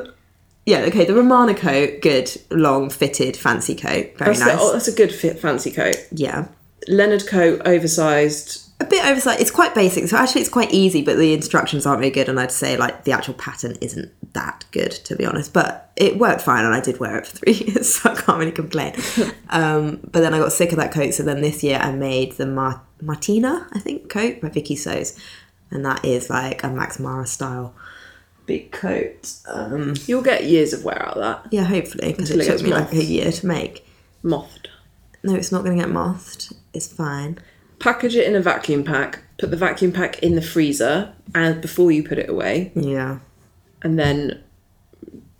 S2: yeah. Okay. The Romana coat, good, long, fitted, fancy coat. Very
S1: That's,
S2: nice.
S1: a, oh, that's a good fit, fancy coat.
S2: yeah.
S1: Leonard coat, oversized.
S2: A bit oversight. It's quite basic, so actually it's quite easy. But the instructions aren't very good, and I'd say like the actual pattern isn't that good to be honest. But it worked fine, and I did wear it for three years, so I can't really complain. um, but then I got sick of that coat, so then this year I made the Mar- Martina, I think, coat by Vicky Sews, and that is like a Max Mara style big coat. Um,
S1: You'll get years of wear out of that.
S2: yeah, hopefully because
S1: Until
S2: it
S1: it
S2: took
S1: gets
S2: me like
S1: moth.
S2: a year to make.
S1: Mothed.
S2: No, it's not going to get mothed. It's fine.
S1: Package it in a vacuum pack. Put the vacuum pack in the freezer and before you put it away,
S2: Yeah.
S1: and then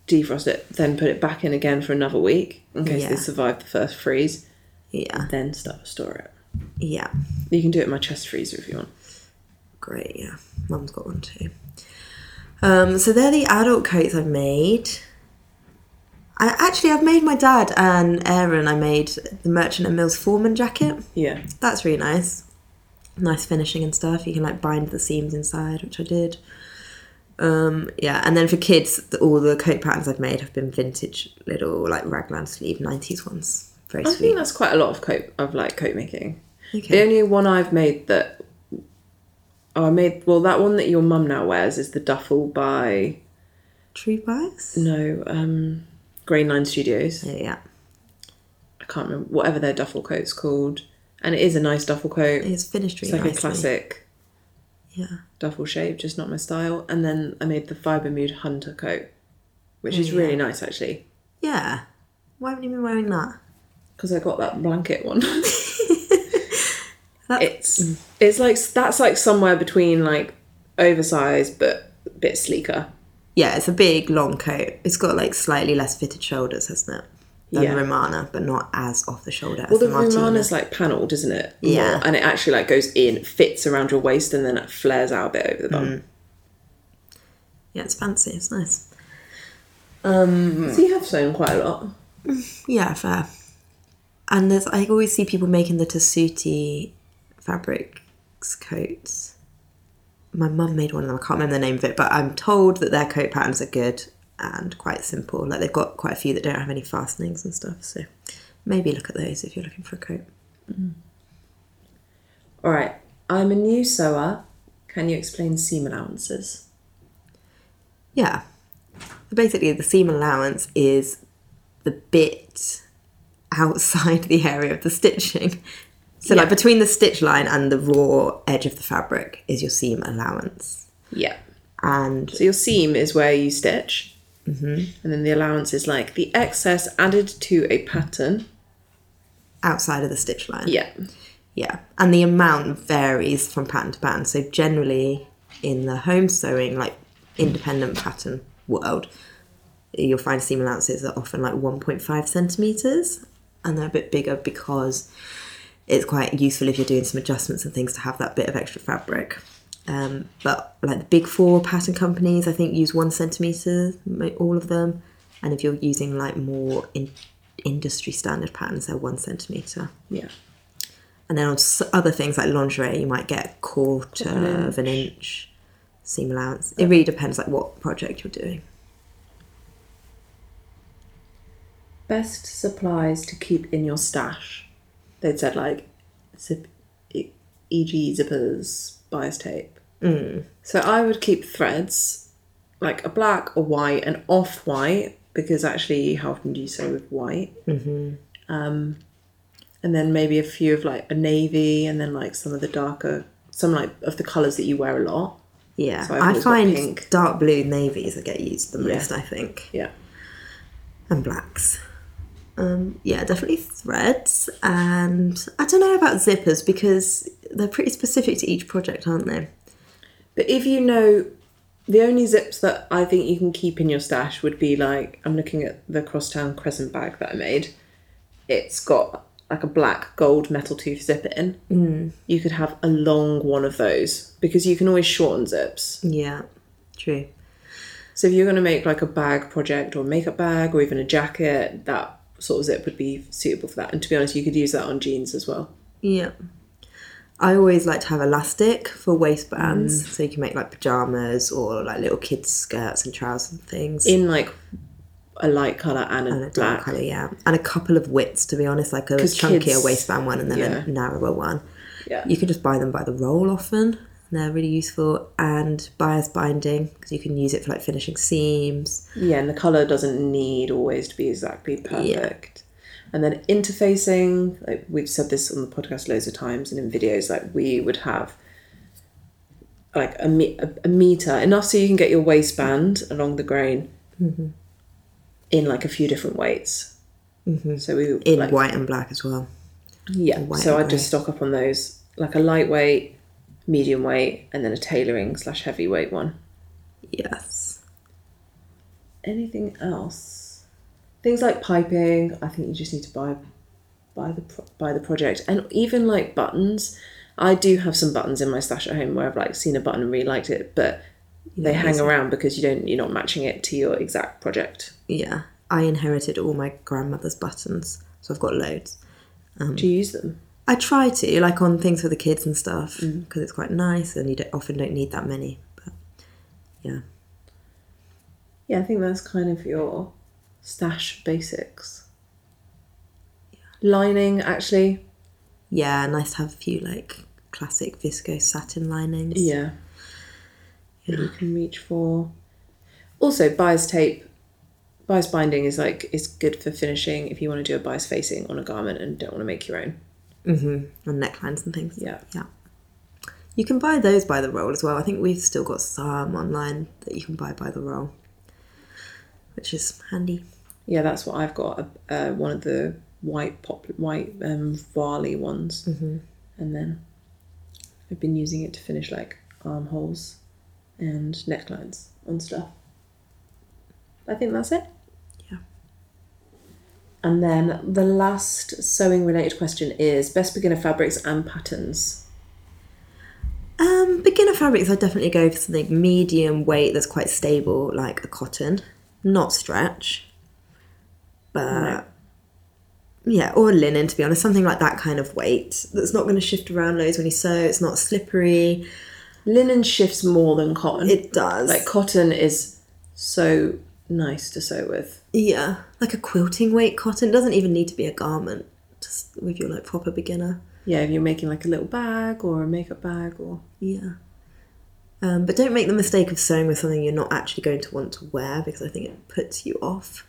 S1: defrost it. Then put it back in again for another week in case
S2: Yeah.
S1: they survive the first freeze.
S2: Yeah.
S1: Then start store it.
S2: Yeah.
S1: You can do it in my chest freezer if you want.
S2: Great, yeah. Mum's got one too. Um, so they're the adult coats I've made. I actually I've made my dad and Aaron. I made the Merchant and Mills Foreman jacket.
S1: Yeah.
S2: That's really nice. Nice finishing and stuff. You can like bind the seams inside, which I did. Um, yeah, and then for kids, the, all the coat patterns I've made have been vintage little like raglan sleeve '90s ones. Very
S1: I think
S2: sweet.
S1: that's quite a lot of coat of like coat making. The
S2: Okay.
S1: only one I've made that oh, I made well that one that your mum now wears is the duffel by
S2: True bias.
S1: no um Green Line Studios.
S2: Yeah,
S1: I can't remember whatever their duffel coat's called, and it is a nice duffel coat.
S2: it's finished
S1: It's
S2: really
S1: like a
S2: nicely.
S1: classic
S2: Yeah.
S1: duffel shape, just not my style. And then I made the Fibre Mood Hunter coat, which is really nice actually,
S2: Yeah. Why haven't you been wearing that?
S1: because I got that blanket one.
S2: That-
S1: it's it's like that's like somewhere between like oversized but a bit sleeker.
S2: Yeah, it's a big long coat. It's got like slightly less fitted shoulders, hasn't it? Than
S1: Yeah.
S2: the Romana, but not as off the shoulder
S1: Well,
S2: as
S1: the
S2: the, Martina.
S1: Romana's like panelled, isn't it? More.
S2: Yeah.
S1: And it actually like goes in, fits around your waist, and then it flares out a bit over the bum.
S2: Yeah, it's fancy. It's nice.
S1: So you have sewn quite a lot.
S2: Yeah, fair. And there's I always see people making the Tasuti fabrics coats. My mum made one of them. I can't remember the name of it, but I'm told that their coat patterns are good and quite simple. Like they've got quite a few that don't have any fastenings and stuff. So maybe look at those if you're looking for a coat.
S1: All right. I'm a new sewer. Can you explain seam allowances?
S2: Yeah. So basically, the seam allowance is the bit outside the area of the stitching. So, like between the stitch line and the raw edge of the fabric is your seam allowance.
S1: Yeah.
S2: And
S1: So your seam is where you stitch, mm-hmm. and then the allowance is like the excess added to a pattern.
S2: outside of the stitch line.
S1: Yeah.
S2: Yeah. And the amount varies from pattern to pattern. So, generally, in the home sewing, like independent pattern world, you'll find seam allowances are often like 1.5 centimeters and they're a bit bigger because it's quite useful if you're doing some adjustments and things to have that bit of extra fabric. Um, but like the big four pattern companies, I think use one centimeter, mo- all of them. And if you're using like more in- industry standard patterns, they're one centimeter.
S1: Yeah.
S2: And then on s- other things like lingerie, you might get a quarter of an inch seam allowance. It really depends like what project you're doing.
S1: Best supplies to keep in your stash. They'd said like, zip, e- e.g. zippers, bias tape. Mm. So I would keep threads, like a black, a white, and off white because actually how often do you sew with white? Mm-hmm. Um, and then maybe a few of like a navy, and then like some of the darker, some like of the colours that you wear a lot.
S2: Yeah,
S1: So I've
S2: I
S1: always got
S2: find
S1: pink.
S2: dark blue navies that get used the
S1: Yeah.
S2: most, I think,
S1: Yeah.
S2: and blacks. Um, yeah, definitely threads, and I don't know about zippers because they're pretty specific to each project, aren't they?
S1: But if you know, the only zips that I think you can keep in your stash would be like I'm looking at the crosstown crescent bag that I made. It's got like a black gold metal tooth zip in. Mm. You could have a long one of those because you can always shorten zips.
S2: Yeah, true.
S1: So if you're going to make like a bag project or makeup bag or even a jacket, that sort of zip would be suitable for that. And to be honest, you could use that on jeans as well.
S2: Yeah. I always like to have elastic for waistbands, so you can make like pajamas or like little kids' skirts and trousers and things.
S1: In like a light color and a,
S2: and a
S1: black.
S2: dark colour, yeah, and a couple of widths to be honest, like a
S1: 'Cause
S2: chunkier
S1: kids-
S2: waistband one and then
S1: yeah.
S2: a narrower one.
S1: Yeah.
S2: You can just buy them by the roll often. and They're really useful and bias binding because you can use it for like finishing seams.
S1: Yeah, and the colour doesn't need always to be exactly perfect. And then interfacing, like we've said this on the podcast loads of times and in videos, like we would have like a, me- a, a meter, enough so you can get your waistband along the grain in like a few different weights. So we
S2: In
S1: like,
S2: white and black as well.
S1: yeah. so
S2: and
S1: I'd just stock up on those, like a lightweight, medium weight, and then a tailoring slash heavyweight one.
S2: Yes.
S1: anything else things like piping i think you just need to buy buy the pro- buy the project and even like buttons i do have some buttons in my stash at home where i've like seen a button and really liked it but they hang around because you don't you're not matching it to your exact project
S2: Yeah. I inherited all my grandmother's buttons, so I've got loads.
S1: do you use them
S2: I try to, like on things for the kids and stuff, because it's quite nice and you don't, often don't need that many. But yeah.
S1: yeah i think that's kind of your stash basics lining actually
S2: Yeah, nice to have a few like classic viscose satin linings.
S1: yeah that you can reach for. Also, bias tape, bias binding is like is good for finishing if you want to do a bias facing on a garment and don't want to make your own.
S2: Mm-hmm. and necklines and things.
S1: Yeah.
S2: Yeah. You can buy those by the roll as well. I think we've still got some online that you can buy by the roll, which is handy.
S1: Yeah, that's what I've got. Uh, one of the white pop white um, varley ones, mm-hmm. and then I've been using it to finish like armholes and necklines on stuff. I think that's it.
S2: Yeah.
S1: And then the last sewing related question is best beginner fabrics and patterns.
S2: Um, beginner fabrics, I definitely go for something medium weight that's quite stable, like a cotton, not stretch, but yeah, or linen to be honest, something like that kind of weight that's not going to shift around loads when you sew. It's not slippery.
S1: linen shifts more than cotton.
S2: It does
S1: like cotton is so nice to sew with.
S2: Yeah, like a quilting weight cotton. It doesn't even need to be a garment. Just with your like proper beginner.
S1: Yeah, if you're making like a little bag or a makeup bag or
S2: Yeah. Um, but don't make the mistake of sewing with something you're not actually going to want to wear because I think it puts you off.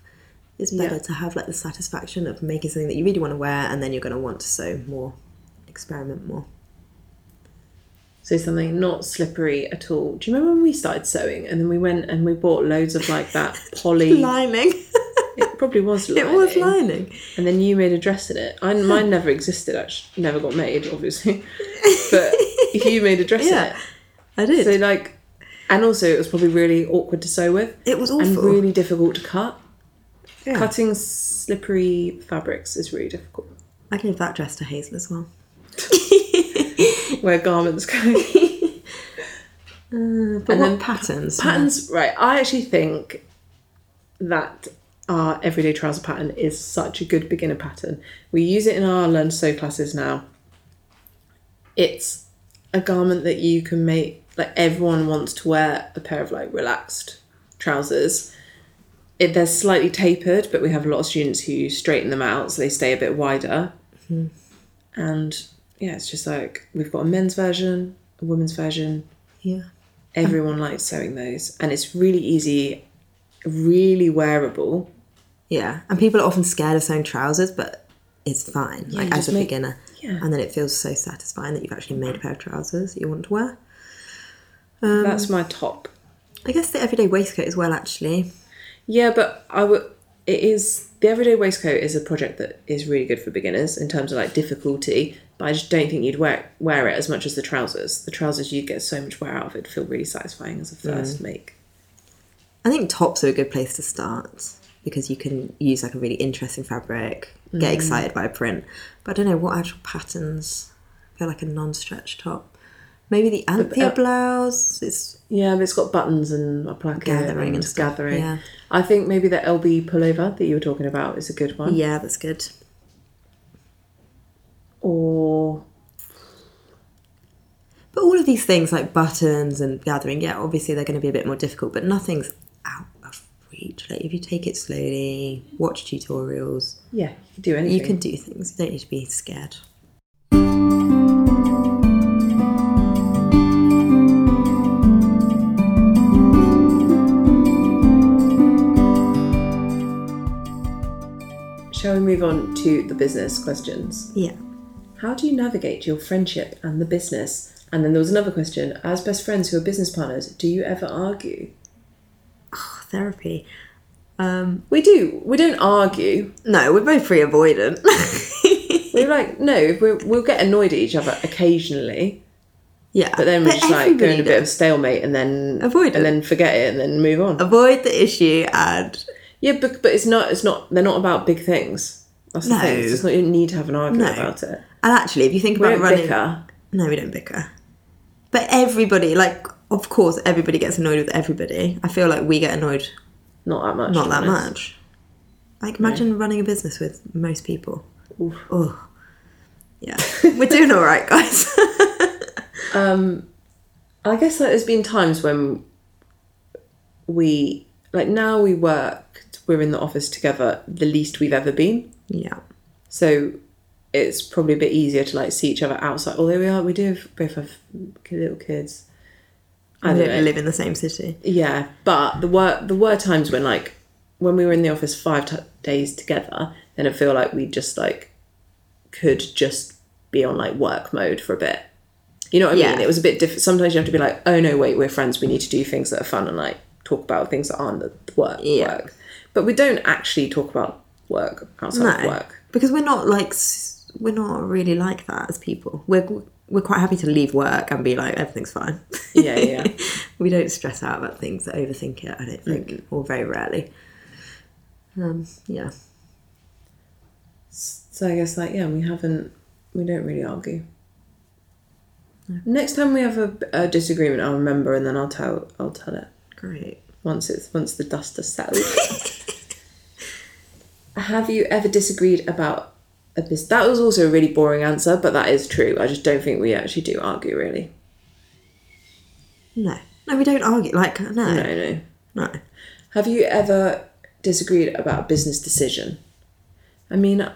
S2: It's better
S1: Yeah.
S2: to have like the satisfaction of making something that you really want to wear and then you're going to want to sew more, experiment more.
S1: so something not slippery at all. Do you remember when we started sewing and then we went and we bought loads of like that poly?
S2: Lining.
S1: it probably was
S2: it
S1: lining.
S2: was lining.
S1: And then you made a dress in it. I, mine never existed. Actually, never got made, obviously. But you made a dress
S2: Yeah, I
S1: in it. So
S2: did.
S1: like, and also it was probably really awkward to sew with.
S2: It was
S1: and
S2: awful.
S1: really difficult to cut.
S2: Yeah.
S1: Cutting slippery fabrics is really difficult.
S2: I gave that dress to Hazel as well.
S1: Where garments go.
S2: but
S1: And
S2: what
S1: then
S2: patterns?
S1: Patterns, right? I actually think that our everyday trouser pattern is such a good beginner pattern. We use it in our learn to sew classes now. It's a garment that you can make like everyone wants to wear a pair of like relaxed trousers. It, they're slightly tapered, but we have a lot of students who straighten them out so they stay a bit wider. And yeah, it's just like we've got a men's version, a women's version,
S2: yeah.
S1: Everyone likes sewing those, and it's really easy, really wearable.
S2: Yeah, and people are often scared of sewing trousers, but it's fine. Like as
S1: just
S2: a
S1: make-
S2: beginner,
S1: yeah.
S2: And then it feels so satisfying that you've actually made a pair of trousers that you want to wear.
S1: That's my top.
S2: I guess the everyday waistcoat as well, actually.
S1: Yeah, but I would. It is the everyday waistcoat is a project that is really good for beginners in terms of like difficulty. But I just don't think you'd wear wear it as much as the trousers. The trousers you get so much wear out of it. Feel really satisfying as a first make.
S2: I think tops are a good place to start because you can use like a really interesting fabric, get excited by a print. But I don't know what actual patterns. I feel like a non-stretch top. Maybe the Anthea blouse. It's
S1: Yeah, but it's got buttons and a placket
S2: Gathering
S1: and,
S2: and stuff,
S1: gathering.
S2: yeah.
S1: I think maybe the LB pullover that you were talking about is a good one.
S2: yeah, that's good.
S1: Or
S2: But all of these things like buttons and gathering, yeah, obviously they're going to be a bit more difficult, but nothing's out of reach. Like if you take it slowly, watch tutorials,
S1: yeah, you could do anything.
S2: you can do things. You don't need to be scared.
S1: Shall we move on to the business questions?
S2: Yeah.
S1: How do you navigate your friendship and the business? And then there was another question as best friends who are business partners, do you ever argue?
S2: Therapy. Um,
S1: We do. We don't argue.
S2: no, we're both free avoidant.
S1: We're like, no, we're, we'll get annoyed at each other occasionally,
S2: yeah.
S1: but then we just like go
S2: everybody
S1: in a bit of
S2: does.
S1: stalemate and then
S2: Avoid it.
S1: and then forget it and then move on.
S2: avoid the issue and
S1: yeah, but, but it's not. It's not. They're not about big things. That's the
S2: No.
S1: thing. It's just not. You need to have an argument
S2: No.
S1: about it.
S2: and actually if you think
S1: We
S2: about
S1: don't
S2: running
S1: bicker.
S2: No, we don't bicker. But everybody, like of course everybody gets annoyed with everybody. I feel like we get annoyed
S1: Not that much.
S2: not
S1: to
S2: that
S1: be honest.
S2: much. Like imagine running a business with most people.
S1: Oof.
S2: Oh, yeah, we're doing all right, guys.
S1: I guess like, there's been times when we like now we work we're in the office together the least we've ever been
S2: yeah,
S1: so it's probably a bit easier to like see each other outside although we are we do have, both have little kids I
S2: we
S1: don't know.
S2: don't live in the same city.
S1: yeah but there were there were times when like when we were in the office five t- days together then I feel like we just like could just be on like work mode for a bit you know what I
S2: Yeah.
S1: mean it was a bit different sometimes you have to be like oh no wait we're friends we need to do things that are fun and like talk about things that aren't the work
S2: Yeah.
S1: work but we don't actually talk about work outside of
S2: No,
S1: work
S2: because we're not like s- we're not really like that as people. We're we're quite happy to leave work and be like everything's fine.
S1: Yeah, yeah.
S2: we don't stress out about things, overthink it. I don't think, or very rarely. Um, yeah,
S1: so I guess like yeah we haven't we don't really argue next time we have a, a disagreement I'll remember and then I'll tell I'll tell it
S2: great.
S1: once it's once the dust has settled. Have you ever disagreed about a business? That was also a really boring answer, but that is true. I just don't think we actually do argue really.
S2: No, no, we don't argue. Like
S1: No,
S2: no,
S1: no.
S2: no.
S1: Have you ever disagreed about a business decision? I mean,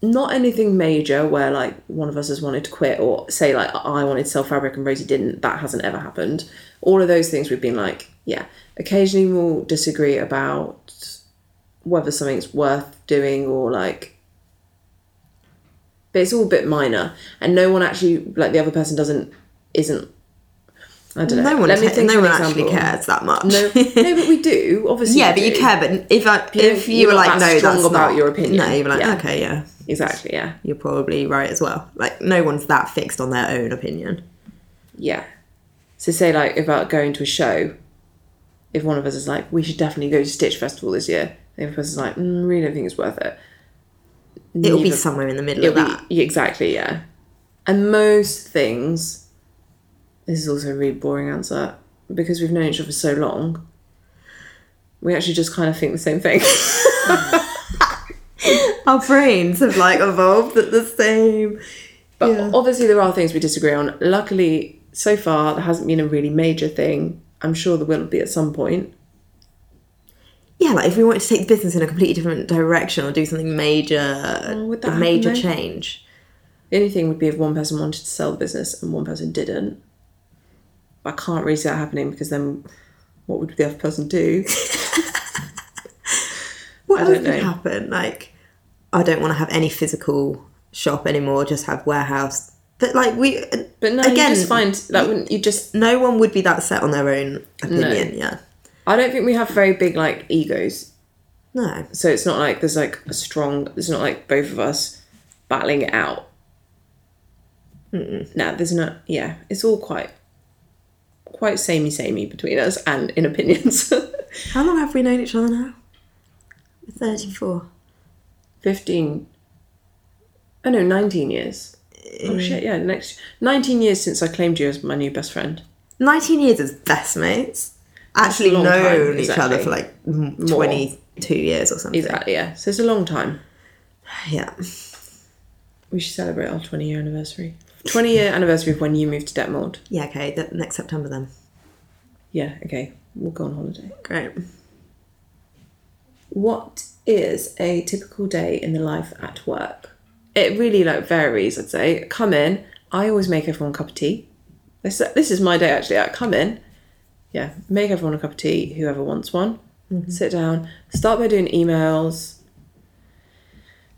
S1: not anything major where like one of us has wanted to quit or say like I wanted to sell fabric and Rosie didn't. That hasn't ever happened. All of those things we've been like, yeah. Occasionally we'll disagree about whether something's worth doing or like but it's all a bit minor and no one actually like the other person doesn't isn't I don't know.
S2: No one,
S1: Let me
S2: ca-
S1: think
S2: no
S1: of an
S2: one actually
S1: example.
S2: cares that much.
S1: No, no, but we do obviously.
S2: yeah,
S1: we
S2: but you
S1: do.
S2: care. But if I, if
S1: you're
S2: you were
S1: not
S2: like,
S1: that
S2: no,
S1: strong
S2: that's
S1: about
S2: not-
S1: your opinion.
S2: No, you'd be like,
S1: Yeah.
S2: okay, yeah,
S1: Exactly. Yeah,
S2: you're probably right as well. Like, no one's that fixed on their own opinion.
S1: yeah. So say like about going to a show, if one of us is like, we should definitely go to Stitch Festival this year, and the other person's like, mm, really don't think it's worth it.
S2: It'll be
S1: Neither-
S2: somewhere in the middle
S1: It'll
S2: of that.
S1: be yeah, exactly yeah. And most things This is also a really boring answer because we've known each other so long. We actually just kind of think the same thing.
S2: Our brains have like evolved at the same.
S1: But
S2: Yeah.
S1: obviously, there are things we disagree on. Luckily, so far, there hasn't been a really major thing. I'm sure there will be at some point.
S2: Yeah, like if we wanted to take the business in a completely different direction or do something major,
S1: would that
S2: a
S1: happen
S2: major
S1: then?
S2: change.
S1: The only thing would be if one person wanted to sell the business and one person didn't. But I can't really see that happening because then what would the other person do?
S2: What
S1: I
S2: else
S1: don't
S2: could
S1: know.
S2: happen? Like, I don't want to have any physical shop anymore. Just have warehouse. But like we, uh,
S1: But no,
S2: Again,
S1: you just find that wouldn't you just.
S2: no one would be that set on their own opinion. Yeah,
S1: I don't think we have very big like egos.
S2: no.
S1: So it's not like there's like a strong. It's not like both of us battling it out. No, there's not. Yeah, it's all quite, quite samey samey between us and in opinions.
S2: How long have we known each other now? We're Thirty-four.
S1: Fifteen. Oh no, nineteen years. Oh shit! Yeah, next nineteen years since I claimed you as my new best friend.
S2: Nineteen years as best mates. Actually
S1: a long
S2: known
S1: time,
S2: each other
S1: exactly.
S2: for like m- twenty-two years or something.
S1: Exactly. Uh, Yeah. So it's a long time.
S2: Yeah.
S1: We should celebrate our twenty year anniversary. Twenty year anniversary of when you moved to Detmold.
S2: Yeah. Okay. The, next September then.
S1: Yeah. Okay. We'll go on holiday.
S2: Great.
S1: What is a typical day in the life at work? It really like varies, I'd say. Come in, I always make everyone a cup of tea. This this is my day actually. I come in, yeah, make everyone a cup of tea, whoever wants one. Sit down, start by doing emails.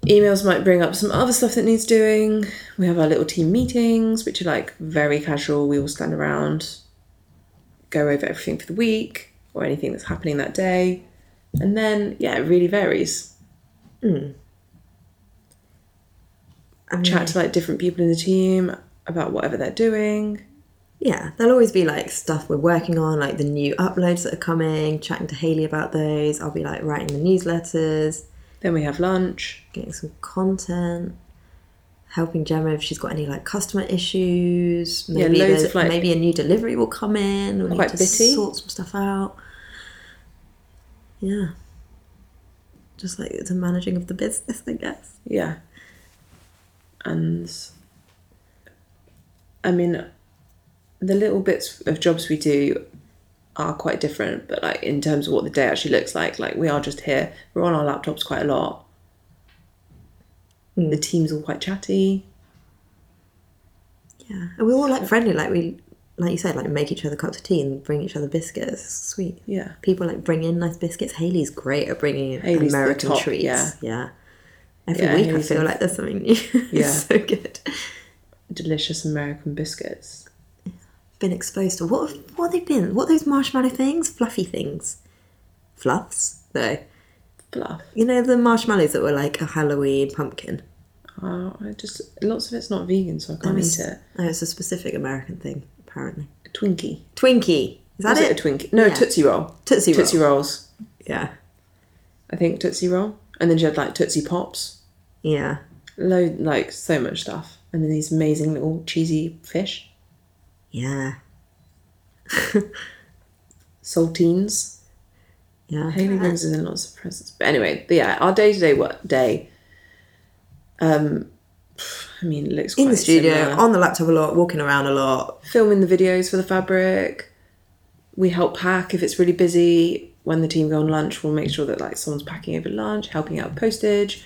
S1: Emails might bring up some other stuff that needs doing. We have our little team meetings, which are like very casual. We all stand around, go over everything for the week or anything that's happening that day. And then, yeah, it really varies. Chat to like different people in the team about whatever they're doing.
S2: Yeah, there'll always be like stuff we're working on, like the new uploads that are coming, chatting to Haley about those. I'll be like writing the newsletters,
S1: Then we have lunch.
S2: getting some content, helping Gemma if she's got any like customer issues.
S1: Yeah,
S2: Maybe,
S1: loads
S2: the-
S1: of, like-
S2: maybe a new delivery will come in. We'll
S1: Quite
S2: need to
S1: bitty.
S2: sort some stuff out. Yeah. Just like the managing of the business, I guess.
S1: Yeah. And I mean, the little bits of jobs we do are quite different, but like in terms of what the day actually looks like, like we are just here, we're on our laptops quite a lot. The team's all quite chatty.
S2: Yeah. And we're all like friendly, like we like you said, like make each other cups of tea and bring each other biscuits. It's Sweet.
S1: Yeah.
S2: people like bring in nice biscuits. Haley's great at bringing in
S1: Hayley's the
S2: American
S1: top,
S2: treats.
S1: yeah.
S2: Every
S1: Yeah,
S2: week
S1: Hayley's
S2: I feel
S1: in-
S2: like there's something new.
S1: Yeah.
S2: it's so good.
S1: Delicious American biscuits.
S2: Been exposed to what? have- What have they been? What are those marshmallow things? Fluffy things? Fluffs? No.
S1: Bluff.
S2: You know the marshmallows that were like a Halloween pumpkin.
S1: Uh, I just lots of it's not vegan, so I
S2: That
S1: can't
S2: was-
S1: eat it.
S2: Oh, it's a specific American thing apparently.
S1: A Twinkie.
S2: Twinkie. Is that
S1: Was
S2: it?
S1: it a Twinkie? No,
S2: Yeah.
S1: Tootsie Roll.
S2: Tootsie Roll.
S1: Rolls.
S2: yeah.
S1: I think Tootsie Roll. And then she had like Tootsie Pops.
S2: Yeah.
S1: Load like so much stuff. And then these amazing little cheesy fish.
S2: Yeah.
S1: Saltines.
S2: Yeah.
S1: Haley brings us in lots of presents. But anyway, but yeah, our day to day work day. Um I mean it looks quite
S2: In the studio,
S1: similar.
S2: on the laptop a lot, walking around a lot.
S1: filming the videos for the fabric. We help pack if it's really busy. When the team go on lunch, we'll make sure that like someone's packing over lunch, helping out with postage,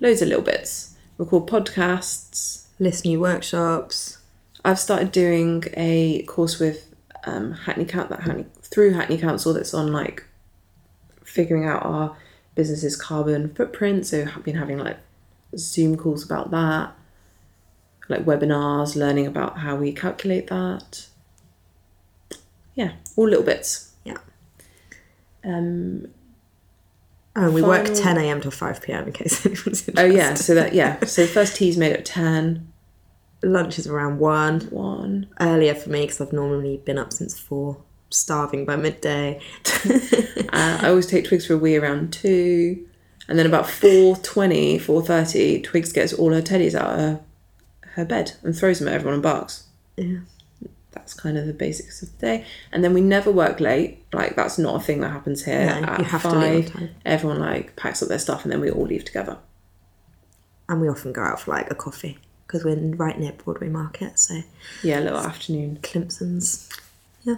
S1: loads of little bits. Record podcasts.
S2: List new workshops.
S1: I've started doing a course with um, Hackney Count that Hackney through Hackney Council that's on like figuring out our business's carbon footprint. So I've been having like Zoom calls about that, like webinars, learning about how we calculate that. Yeah, all little bits.
S2: Yeah.
S1: Um,
S2: Oh, we work
S1: Final-
S2: 10 a.m. till 5 p.m. in case anyone's interested.
S1: oh yeah, so that yeah, so first tea's made at ten.
S2: Lunch is around 1.
S1: One.
S2: Earlier for me because I've normally been up since 4, starving by midday.
S1: Uh, I always take Twigs for a wee around two, and then about 4.20, 4.30, Twigs gets all her teddies out of her, her bed and throws them at everyone and barks.
S2: Yeah.
S1: That that's kind of the basics of the day. And then we never work late. Like that's not a thing that happens here.
S2: No,
S1: At
S2: you have to leave on
S1: five,
S2: time.
S1: everyone like packs up their stuff and then we all leave together.
S2: And we often go out for like a coffee because we're right near Broadway Market. So
S1: Yeah, a little afternoon.
S2: Clemson's. Yeah.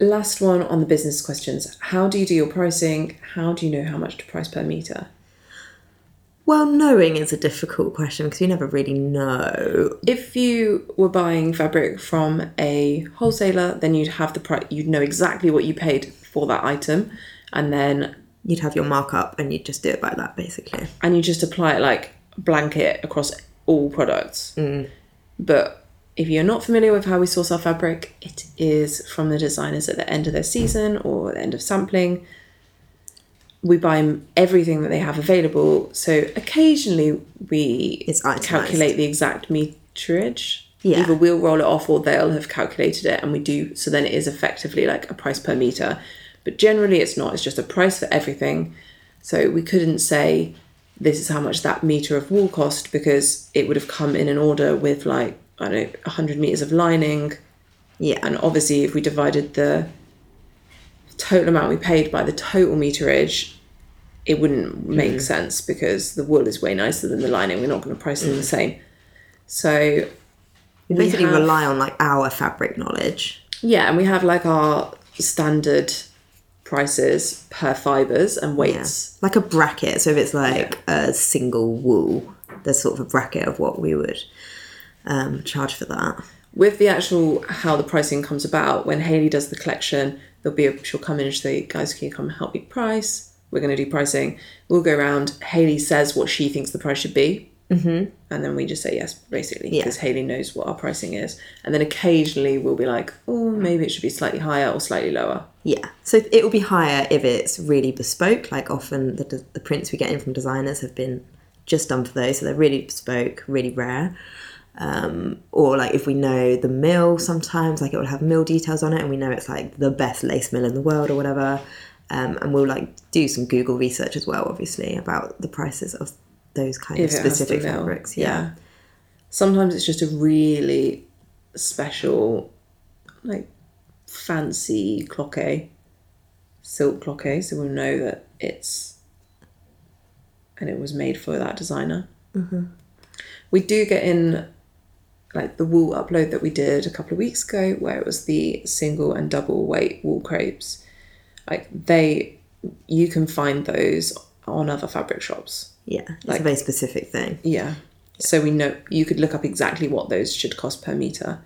S1: Last one on the business questions. How do you do your pricing? How do you know how much to price per meter?
S2: Well, knowing is a difficult question because you never really know.
S1: If you were buying fabric from a wholesaler, then you'd have the price. You'd know exactly what you paid for that item, and then
S2: You'd have your markup and you'd just do it by that basically.
S1: and you just apply it like blanket across all products. But if you're not familiar with how we source our fabric, it is from the designers at the end of their season or the end of sampling. We buy 'em everything that they have available, so occasionally we
S2: It's itemised.
S1: calculate the exact meterage.
S2: Yeah.
S1: Either we'll roll it off or they'll have calculated it, and we do. So then it is effectively like a price per meter, but generally it's not. It's just a price for everything. So we couldn't say this is how much that meter of wool cost because it would have come in an order with like I don't know 100 meters of lining,
S2: Yeah.
S1: and obviously if we divided the total amount we paid by the total meterage, it wouldn't make
S2: Mm-hmm.
S1: sense because the wool is way nicer than the lining. We're not going to price them the same. So
S2: you basically
S1: have-
S2: rely on like our fabric knowledge.
S1: Yeah, and we have like our standard prices per fibers and
S2: Yeah.
S1: weights.
S2: Like a bracket. So if it's like a single wool, there's sort of a bracket of what we would um, charge for that.
S1: With the actual how the pricing comes about, when Haley does the collection, there'll be a she'll come in and she'll say, "Guys, can you come help me price? We're going to do pricing. We'll go around. Haley says what she thinks the price should be, mm-hmm. and then we just say yes, basically, because Haley knows what our pricing is. And then occasionally we'll be like, "Oh, maybe it should be slightly higher or slightly lower."
S2: Yeah. So it will be higher if it's really bespoke. Like often the, the prints we get in from designers have been just done for those. So they're really bespoke, really rare. Um, or like if we know the mill sometimes, like it will have mill details on it and we know it's like the best lace mill in the world or whatever. Um, and we'll like do some Google research as well, obviously, about the prices of those kind
S1: If
S2: of
S1: it has the
S2: specific
S1: mill,
S2: fabrics. Yeah.
S1: Sometimes it's just a really special, like fancy cloquet, silk cloquet, so we'll know that it's and it was made for that designer. We do get in like the wool upload that we did a couple of weeks ago, where it was the single and double weight wool crepes. Like they, you can find those on other fabric shops.
S2: Yeah. It's a very specific thing.
S1: Yeah. So we know you could look up exactly what those should cost per meter.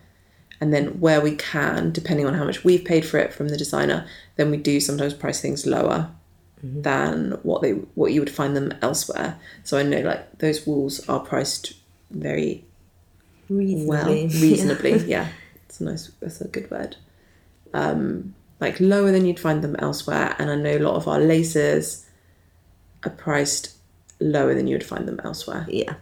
S1: And then where we can, depending on how much we've paid for it from the designer, then we do sometimes price things lower than what they what you would find them elsewhere. So I know like those walls are priced very well,
S2: Reasonably.
S1: reasonably. yeah. It's a nice that's a good word. Um like lower than you'd find them elsewhere. And I know a lot of our laces are priced lower than you would find them elsewhere.
S2: yeah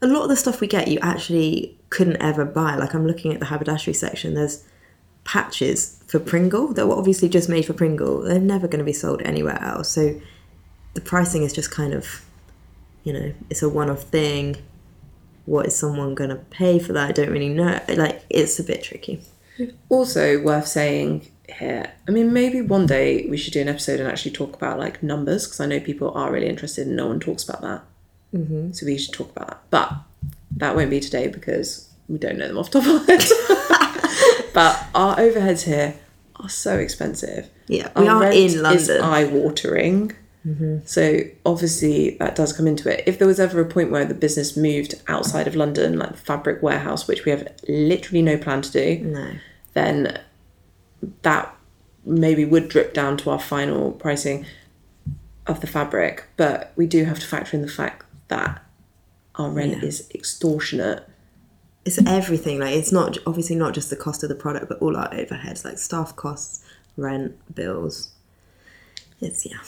S2: a lot of the stuff we get you actually couldn't ever buy like i'm looking at the haberdashery section there's patches for pringle that were obviously just made for pringle they're never going to be sold anywhere else so the pricing is just kind of you know it's a one-off thing what is someone going to pay for that i don't really know like it's a bit tricky
S1: also worth saying here i mean maybe one day we should do an episode and actually talk about like numbers because i know people are really interested and no one talks about that mm-hmm. so we should talk about that but that won't be today because we don't know them off the top of our heads but our overheads here are so expensive
S2: Yeah, we are in London. Mm-hmm.
S1: eye watering so obviously that does come into it if there was ever a point where the business moved outside of london like the fabric warehouse which we have literally no plan to do
S2: no
S1: then that maybe would drip down to our final pricing of the fabric. But we do have to factor in the fact that our rent is extortionate.
S2: it's everything like it's not obviously not just the cost of the product but all our overheads like staff costs rent bills it's yeah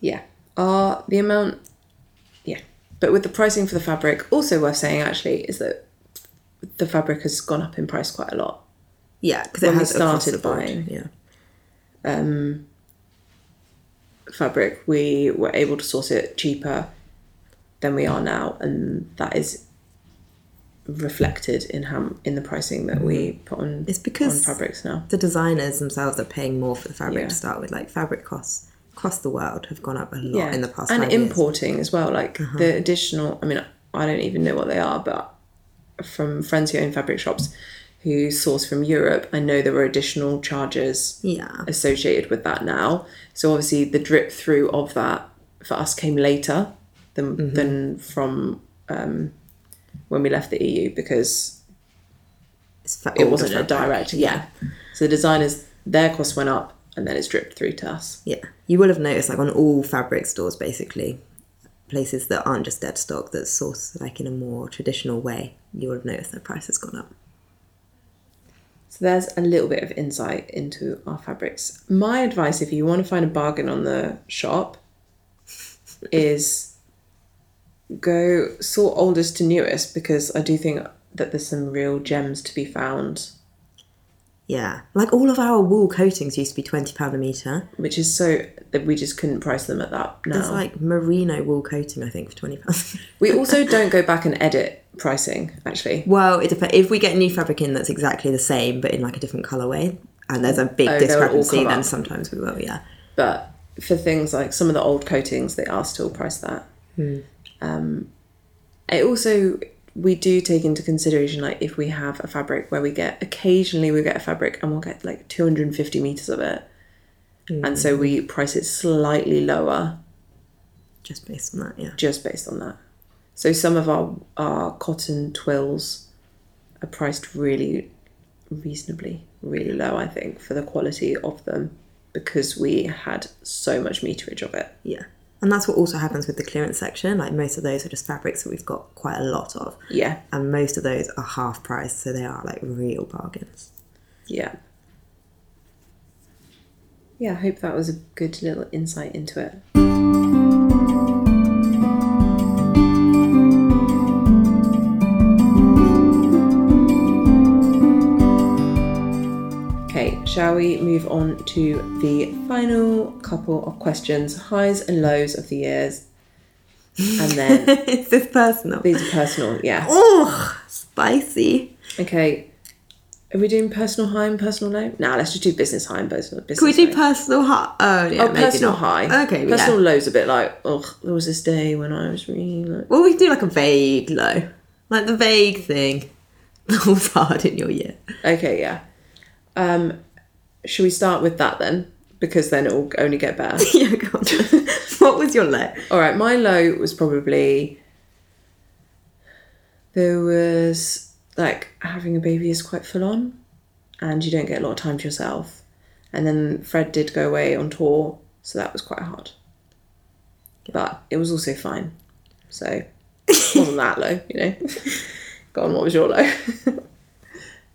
S1: Yeah. Our the amount yeah. But with the pricing for the fabric, also worth saying actually is that the fabric has gone up in price quite a lot.
S2: Yeah, because
S1: When
S2: it
S1: we
S2: has across
S1: started
S2: the board,
S1: buying.
S2: Yeah,
S1: fabric, we were able to source it cheaper than we are now, and that is reflected in how in the pricing that we put on
S2: Mm-hmm. It's because
S1: on fabrics now.
S2: the designers themselves are paying more for the fabric
S1: Yeah.
S2: to start with. Like fabric costs across the world have gone up a lot
S1: Yeah,
S2: in the past
S1: and
S2: five years. Uh-huh.
S1: importing as well. Like the additional. I mean, I don't even know what they are, but from friends who own fabric shops who source from Europe, I know there were additional charges
S2: Yeah.
S1: associated with that now. So obviously the drip through of that for us came later than
S2: Mm-hmm.
S1: than from um, when we left the EU because
S2: It's fa-
S1: it
S2: all
S1: wasn't a
S2: different.
S1: direct yeah so the designers their costs went up and then it's dripped through to us
S2: Yeah. You will have noticed, like, on all fabric stores, basically, places that aren't just dead stock that's sourced, like, in a more traditional way, you will have noticed the price has gone up.
S1: so there's a little bit of insight into our fabrics my advice if you want to find a bargain on the shop is go sort oldest to newest because i do think that there's some real gems to be found
S2: Yeah. Like, all of our wool coatings used to be £20 a metre.
S1: which is so that we just couldn't price them at that now
S2: There's, like, merino wool coating, I think, for £20.
S1: we also don't go back and edit pricing actually
S2: well, it depends. If we get new fabric in that's exactly the same, but in, like, a different colourway, and there's a big
S1: Oh, they'll all
S2: discrepancy,
S1: come
S2: then
S1: up.
S2: sometimes we will, yeah.
S1: but for things like some of the old coatings they are still priced that um, it also we do take into consideration like if we have a fabric where we get occasionally we get a fabric and we'll get like 250 meters of it and so we price it slightly lower
S2: Just based on that, yeah.
S1: just based on that so some of our our cotton twills are priced really reasonably really low i think for the quality of them because we had so much meterage of it
S2: Yeah. And that's what also happens with the clearance section. Like most of those are just fabrics that we've got quite a lot of.
S1: Yeah,
S2: And most of those are half price, so they are like real bargains.
S1: yeah. Yeah, I hope that was a good little insight into it. Okay, shall we move on to the final couple of questions highs and lows of the years? And then
S2: it's this personal.
S1: these are personal, yeah.
S2: Oh, spicy.
S1: Okay. Are we doing personal high and personal low? Nah, let's just do business high and personal business.
S2: Can we do
S1: low.
S2: personal high? Oh, yeah,
S1: Oh,
S2: maybe
S1: personal
S2: not.
S1: high.
S2: Okay,
S1: Personal
S2: yeah.
S1: low's a bit like, oh, there was this day when I was really like.
S2: Well, we can do like a vague low. Like the vague thing that was hard in your year.
S1: Okay, yeah. Um, should we start with that then? Because then it will only get better.
S2: yeah, go on. what was your low?
S1: All right, my low was probably there was like having a baby is quite full on, and you don't get a lot of time to yourself. And then Fred did go away on tour, so that was quite hard. But it was also fine, so it wasn't that low, you know. Go on, what was your low?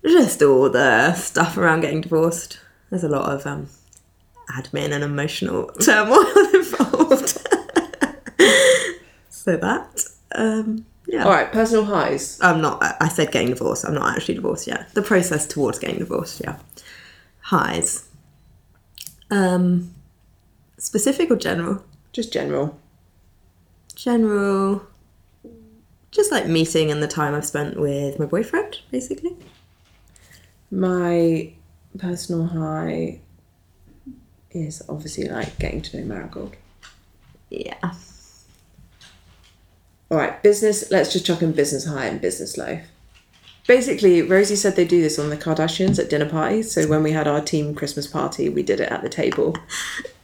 S2: Just all the stuff around getting divorced. There's a lot of um, admin and emotional turmoil involved. so that, um, yeah.
S1: All right, personal highs.
S2: I'm not, I- I said getting divorced. I'm not actually divorced yet. The process towards getting divorced, yeah. Highs. Um, specific or general?
S1: Just general.
S2: General. Just like meeting and the time I've spent with my boyfriend, basically.
S1: My personal high is obviously like getting to know Marigold.
S2: Yeah.
S1: All right, business. Let's just chuck in business high and business low. Basically, Rosie said they do this on the Kardashians at dinner parties. So when we had our team Christmas party, we did it at the table,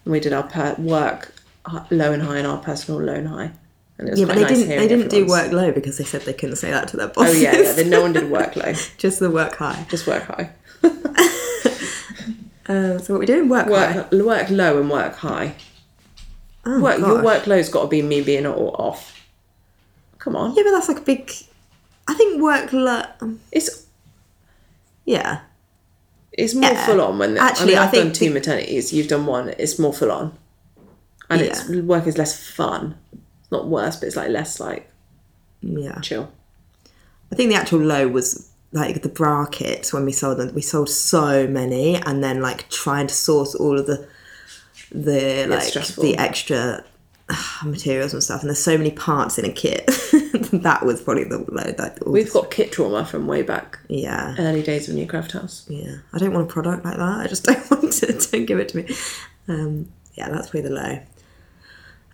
S1: and we did our per- work hi- low and high and our personal low and high. And it was
S2: Yeah, but
S1: quite
S2: they
S1: nice
S2: didn't.
S1: hearing
S2: They didn't do
S1: everyone's-
S2: work low because they said they couldn't say that to their
S1: Oh
S2: bosses.
S1: yeah, yeah. Then no one did work low,
S2: just the work high.
S1: just work high.
S2: Um, so what we doing? Work, high.
S1: Work work low and work high.
S2: Oh,
S1: Work your
S2: gosh.
S1: workload's got to be me being all off. Come on,
S2: Yeah, but that's like a big. I think work low. um,
S1: it's
S2: Yeah,
S1: It's more
S2: Yeah.
S1: full on when the,
S2: Actually,
S1: I, mean,
S2: I
S1: I've
S2: think
S1: done two
S2: the-
S1: maternities. You've done one. It's more full on, and it's work is less fun. It's not worse, but it's like less like
S2: mm, yeah.
S1: chill.
S2: I think the actual low was like the brackets when we sold them. We sold so many, and then like trying to source all of the the like
S1: stressful.
S2: the extra uh, materials and stuff. And there's so many parts in a kit. that was probably the load that
S1: We've got kit trauma from way back,
S2: yeah
S1: early days of Newcraft House.
S2: yeah I don't want a product like that I just don't want it don't give it to me um, yeah that's probably the low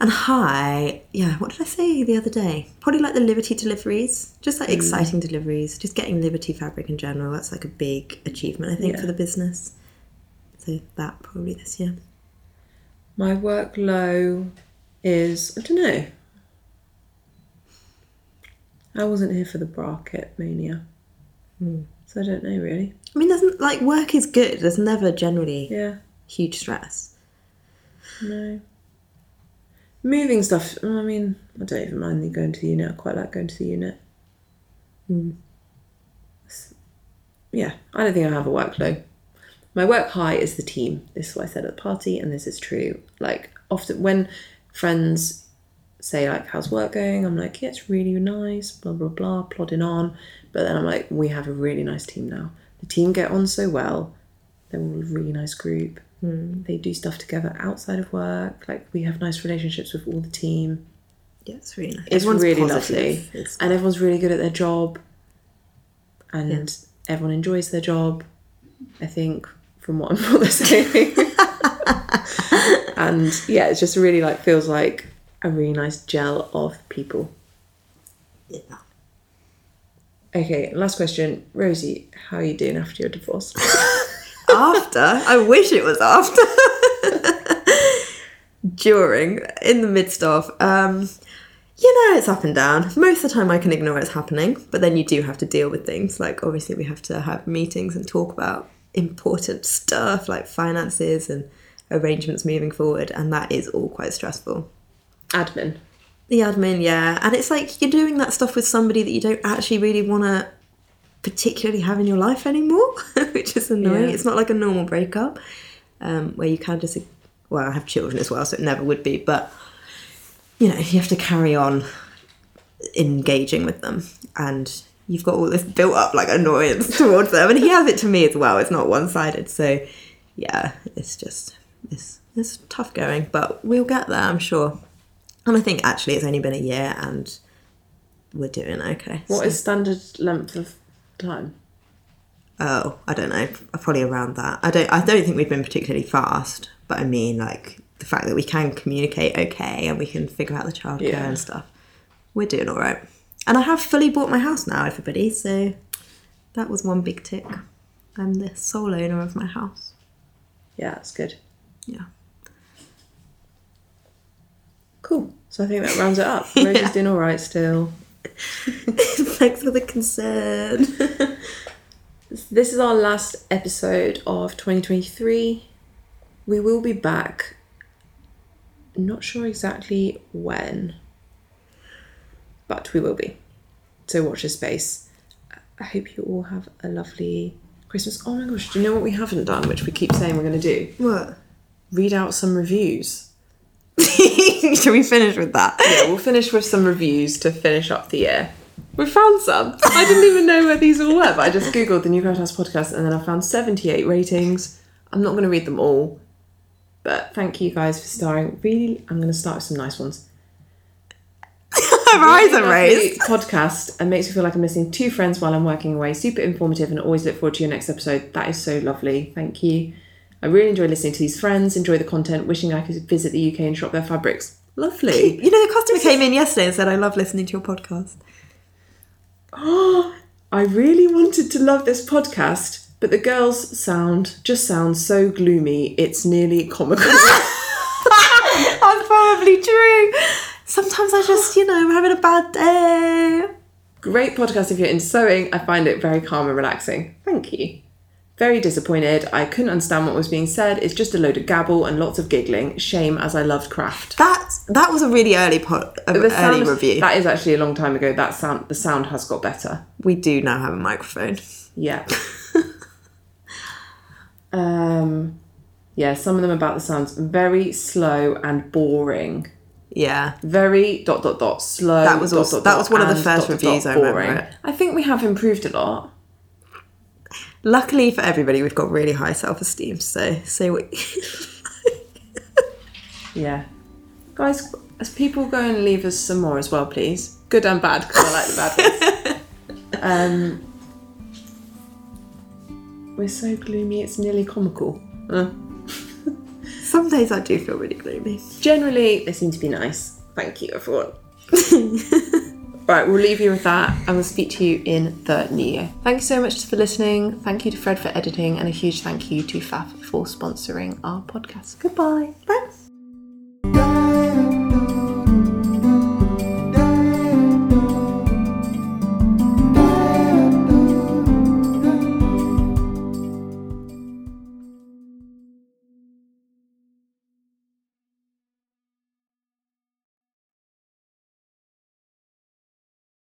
S2: and high yeah what did I say the other day probably like the Liberty deliveries just
S1: Mm.
S2: like exciting deliveries just getting Liberty fabric in general that's like a big achievement I think
S1: Yeah.
S2: for the business so that probably this year
S1: My work low is I don't know. I wasn't here for the bracket mania,
S2: Hmm.
S1: so I don't know really.
S2: I mean there's n- like work is good there's never generally
S1: Yeah,
S2: huge stress
S1: no. Moving stuff. I mean, I don't even mind the going to the unit. I quite like going to the unit. Hmm. S- Yeah, I don't think I have a work low. My work high is the team. This is what I said at the party, and this is true. Like often when friends say like, "How's work going?" I'm like, "Yeah, it's really nice." Blah blah blah, plodding on. But then I'm like, "We have a really nice team now. The team get on so well. They're all a really nice group. They do stuff together outside of work. Like we have nice relationships with all the team.
S2: yeah it's really nice
S1: It's
S2: Everyone's
S1: really
S2: positive.
S1: lovely,
S2: It's-
S1: and everyone's really good at their job, and everyone enjoys their job. I think from what I'm what they're saying, and yeah, it just really like feels like a really nice gel of people.
S2: yeah.
S1: Okay, last question, Rosie. How are you doing after your divorce?
S2: after. I wish it was after. During, in the midst of. Um, you know, it's up and down. Most of the time, I can ignore it's happening, but then you do have to deal with things. Like, obviously, we have to have meetings and talk about important stuff like finances and arrangements moving forward, and that is all quite stressful.
S1: Admin.
S2: The admin, yeah. And it's like you're doing that stuff with somebody that you don't actually really want to particularly have in your life anymore, which is annoying.
S1: Yeah.
S2: It's not like a normal breakup um, where you can just, well, I have children as well, so it never would be, but you know, you have to carry on engaging with them and you've got all this built up like annoyance towards them and he has it to me as well it's not one-sided so yeah it's just it's, it's tough going but we'll get there i'm sure and i think actually it's only been a year and we're doing okay
S1: What is standard length of time?
S2: Oh, I don't know. Probably around that. I don't. I don't think we've been particularly fast, but I mean, like the fact that we can communicate okay and we can figure out the childcare
S1: Yeah.
S2: and stuff. We're doing all right, and I have fully bought my house now, everybody. So that was one big tick. I'm the sole owner of my house.
S1: Yeah, that's good.
S2: Yeah.
S1: Cool. So I think that rounds it up. Rosie's
S2: Yeah.
S1: doing all right still.
S2: Thanks for the concern.
S1: This is our last episode of 2023. We will be back. Not sure exactly when, but we will be. So watch this space. I hope you all have a lovely Christmas. Oh my gosh, do you know what we haven't done, which we keep saying we're going to do?
S2: What?
S1: Read out some reviews.
S2: Should we finish with that?
S1: Yeah, we'll finish with some reviews to finish up the year. We found some. I didn't even know where these all were, but I just googled the New Crowd House podcast and then I found 78 ratings. I'm not going to read them all, but thank you guys for starring. Really, I'm going to start with some nice ones.
S2: Her eyes are
S1: Lovely
S2: raised.
S1: Podcast and makes me feel like I'm listening to friends while I'm working away. Super informative and always look forward to your next episode. That is so lovely. Thank you. I really enjoy listening to these friends. Enjoy the content. Wishing I could visit the UK and shop their fabrics. Lovely.
S2: You know, the customer came in yesterday and said, "I love listening to your podcast."
S1: oh, I really wanted to love this podcast, but the girls sound just sound so gloomy. It's nearly comical.
S2: That's probably true. Sometimes I just, you know, I'm having a bad day.
S1: Great podcast if you're into sewing. I find it very calm and relaxing. Thank you. Very disappointed. I couldn't understand what was being said. It's just a load of gabble and lots of giggling. Shame, as I loved craft.
S2: That that was a really early pod, a
S1: The
S2: early
S1: sound-
S2: review.
S1: That is actually a long time ago. That sound, the sound has got better.
S2: we do now have a microphone.
S1: Yeah. um, yeah. Some of them about the sounds very slow and boring.
S2: Yeah,
S1: very dot dot dot slow.
S2: That was
S1: dot,
S2: also-
S1: dot,
S2: that
S1: dot,
S2: was one of the
S1: and
S2: first
S1: dot, dot,
S2: reviews
S1: dot,
S2: I remember
S1: boring.
S2: it.
S1: I think we have improved a lot.
S2: luckily for everybody, we've got really high self esteem. So say what.
S1: Yeah, guys, As people go and leave us some more as well, please. Good and bad, because I like the bad ones. Um, we're so gloomy, it's nearly comical. Uh,
S2: Some days I do feel really gloomy.
S1: generally, they seem to be nice. Thank you, everyone. right, we'll leave you with that, and we'll speak to you in the new year. Thank you so much for listening. Thank you to Fred for editing, and a huge thank you to Faf for sponsoring our podcast. Goodbye.
S2: Bye.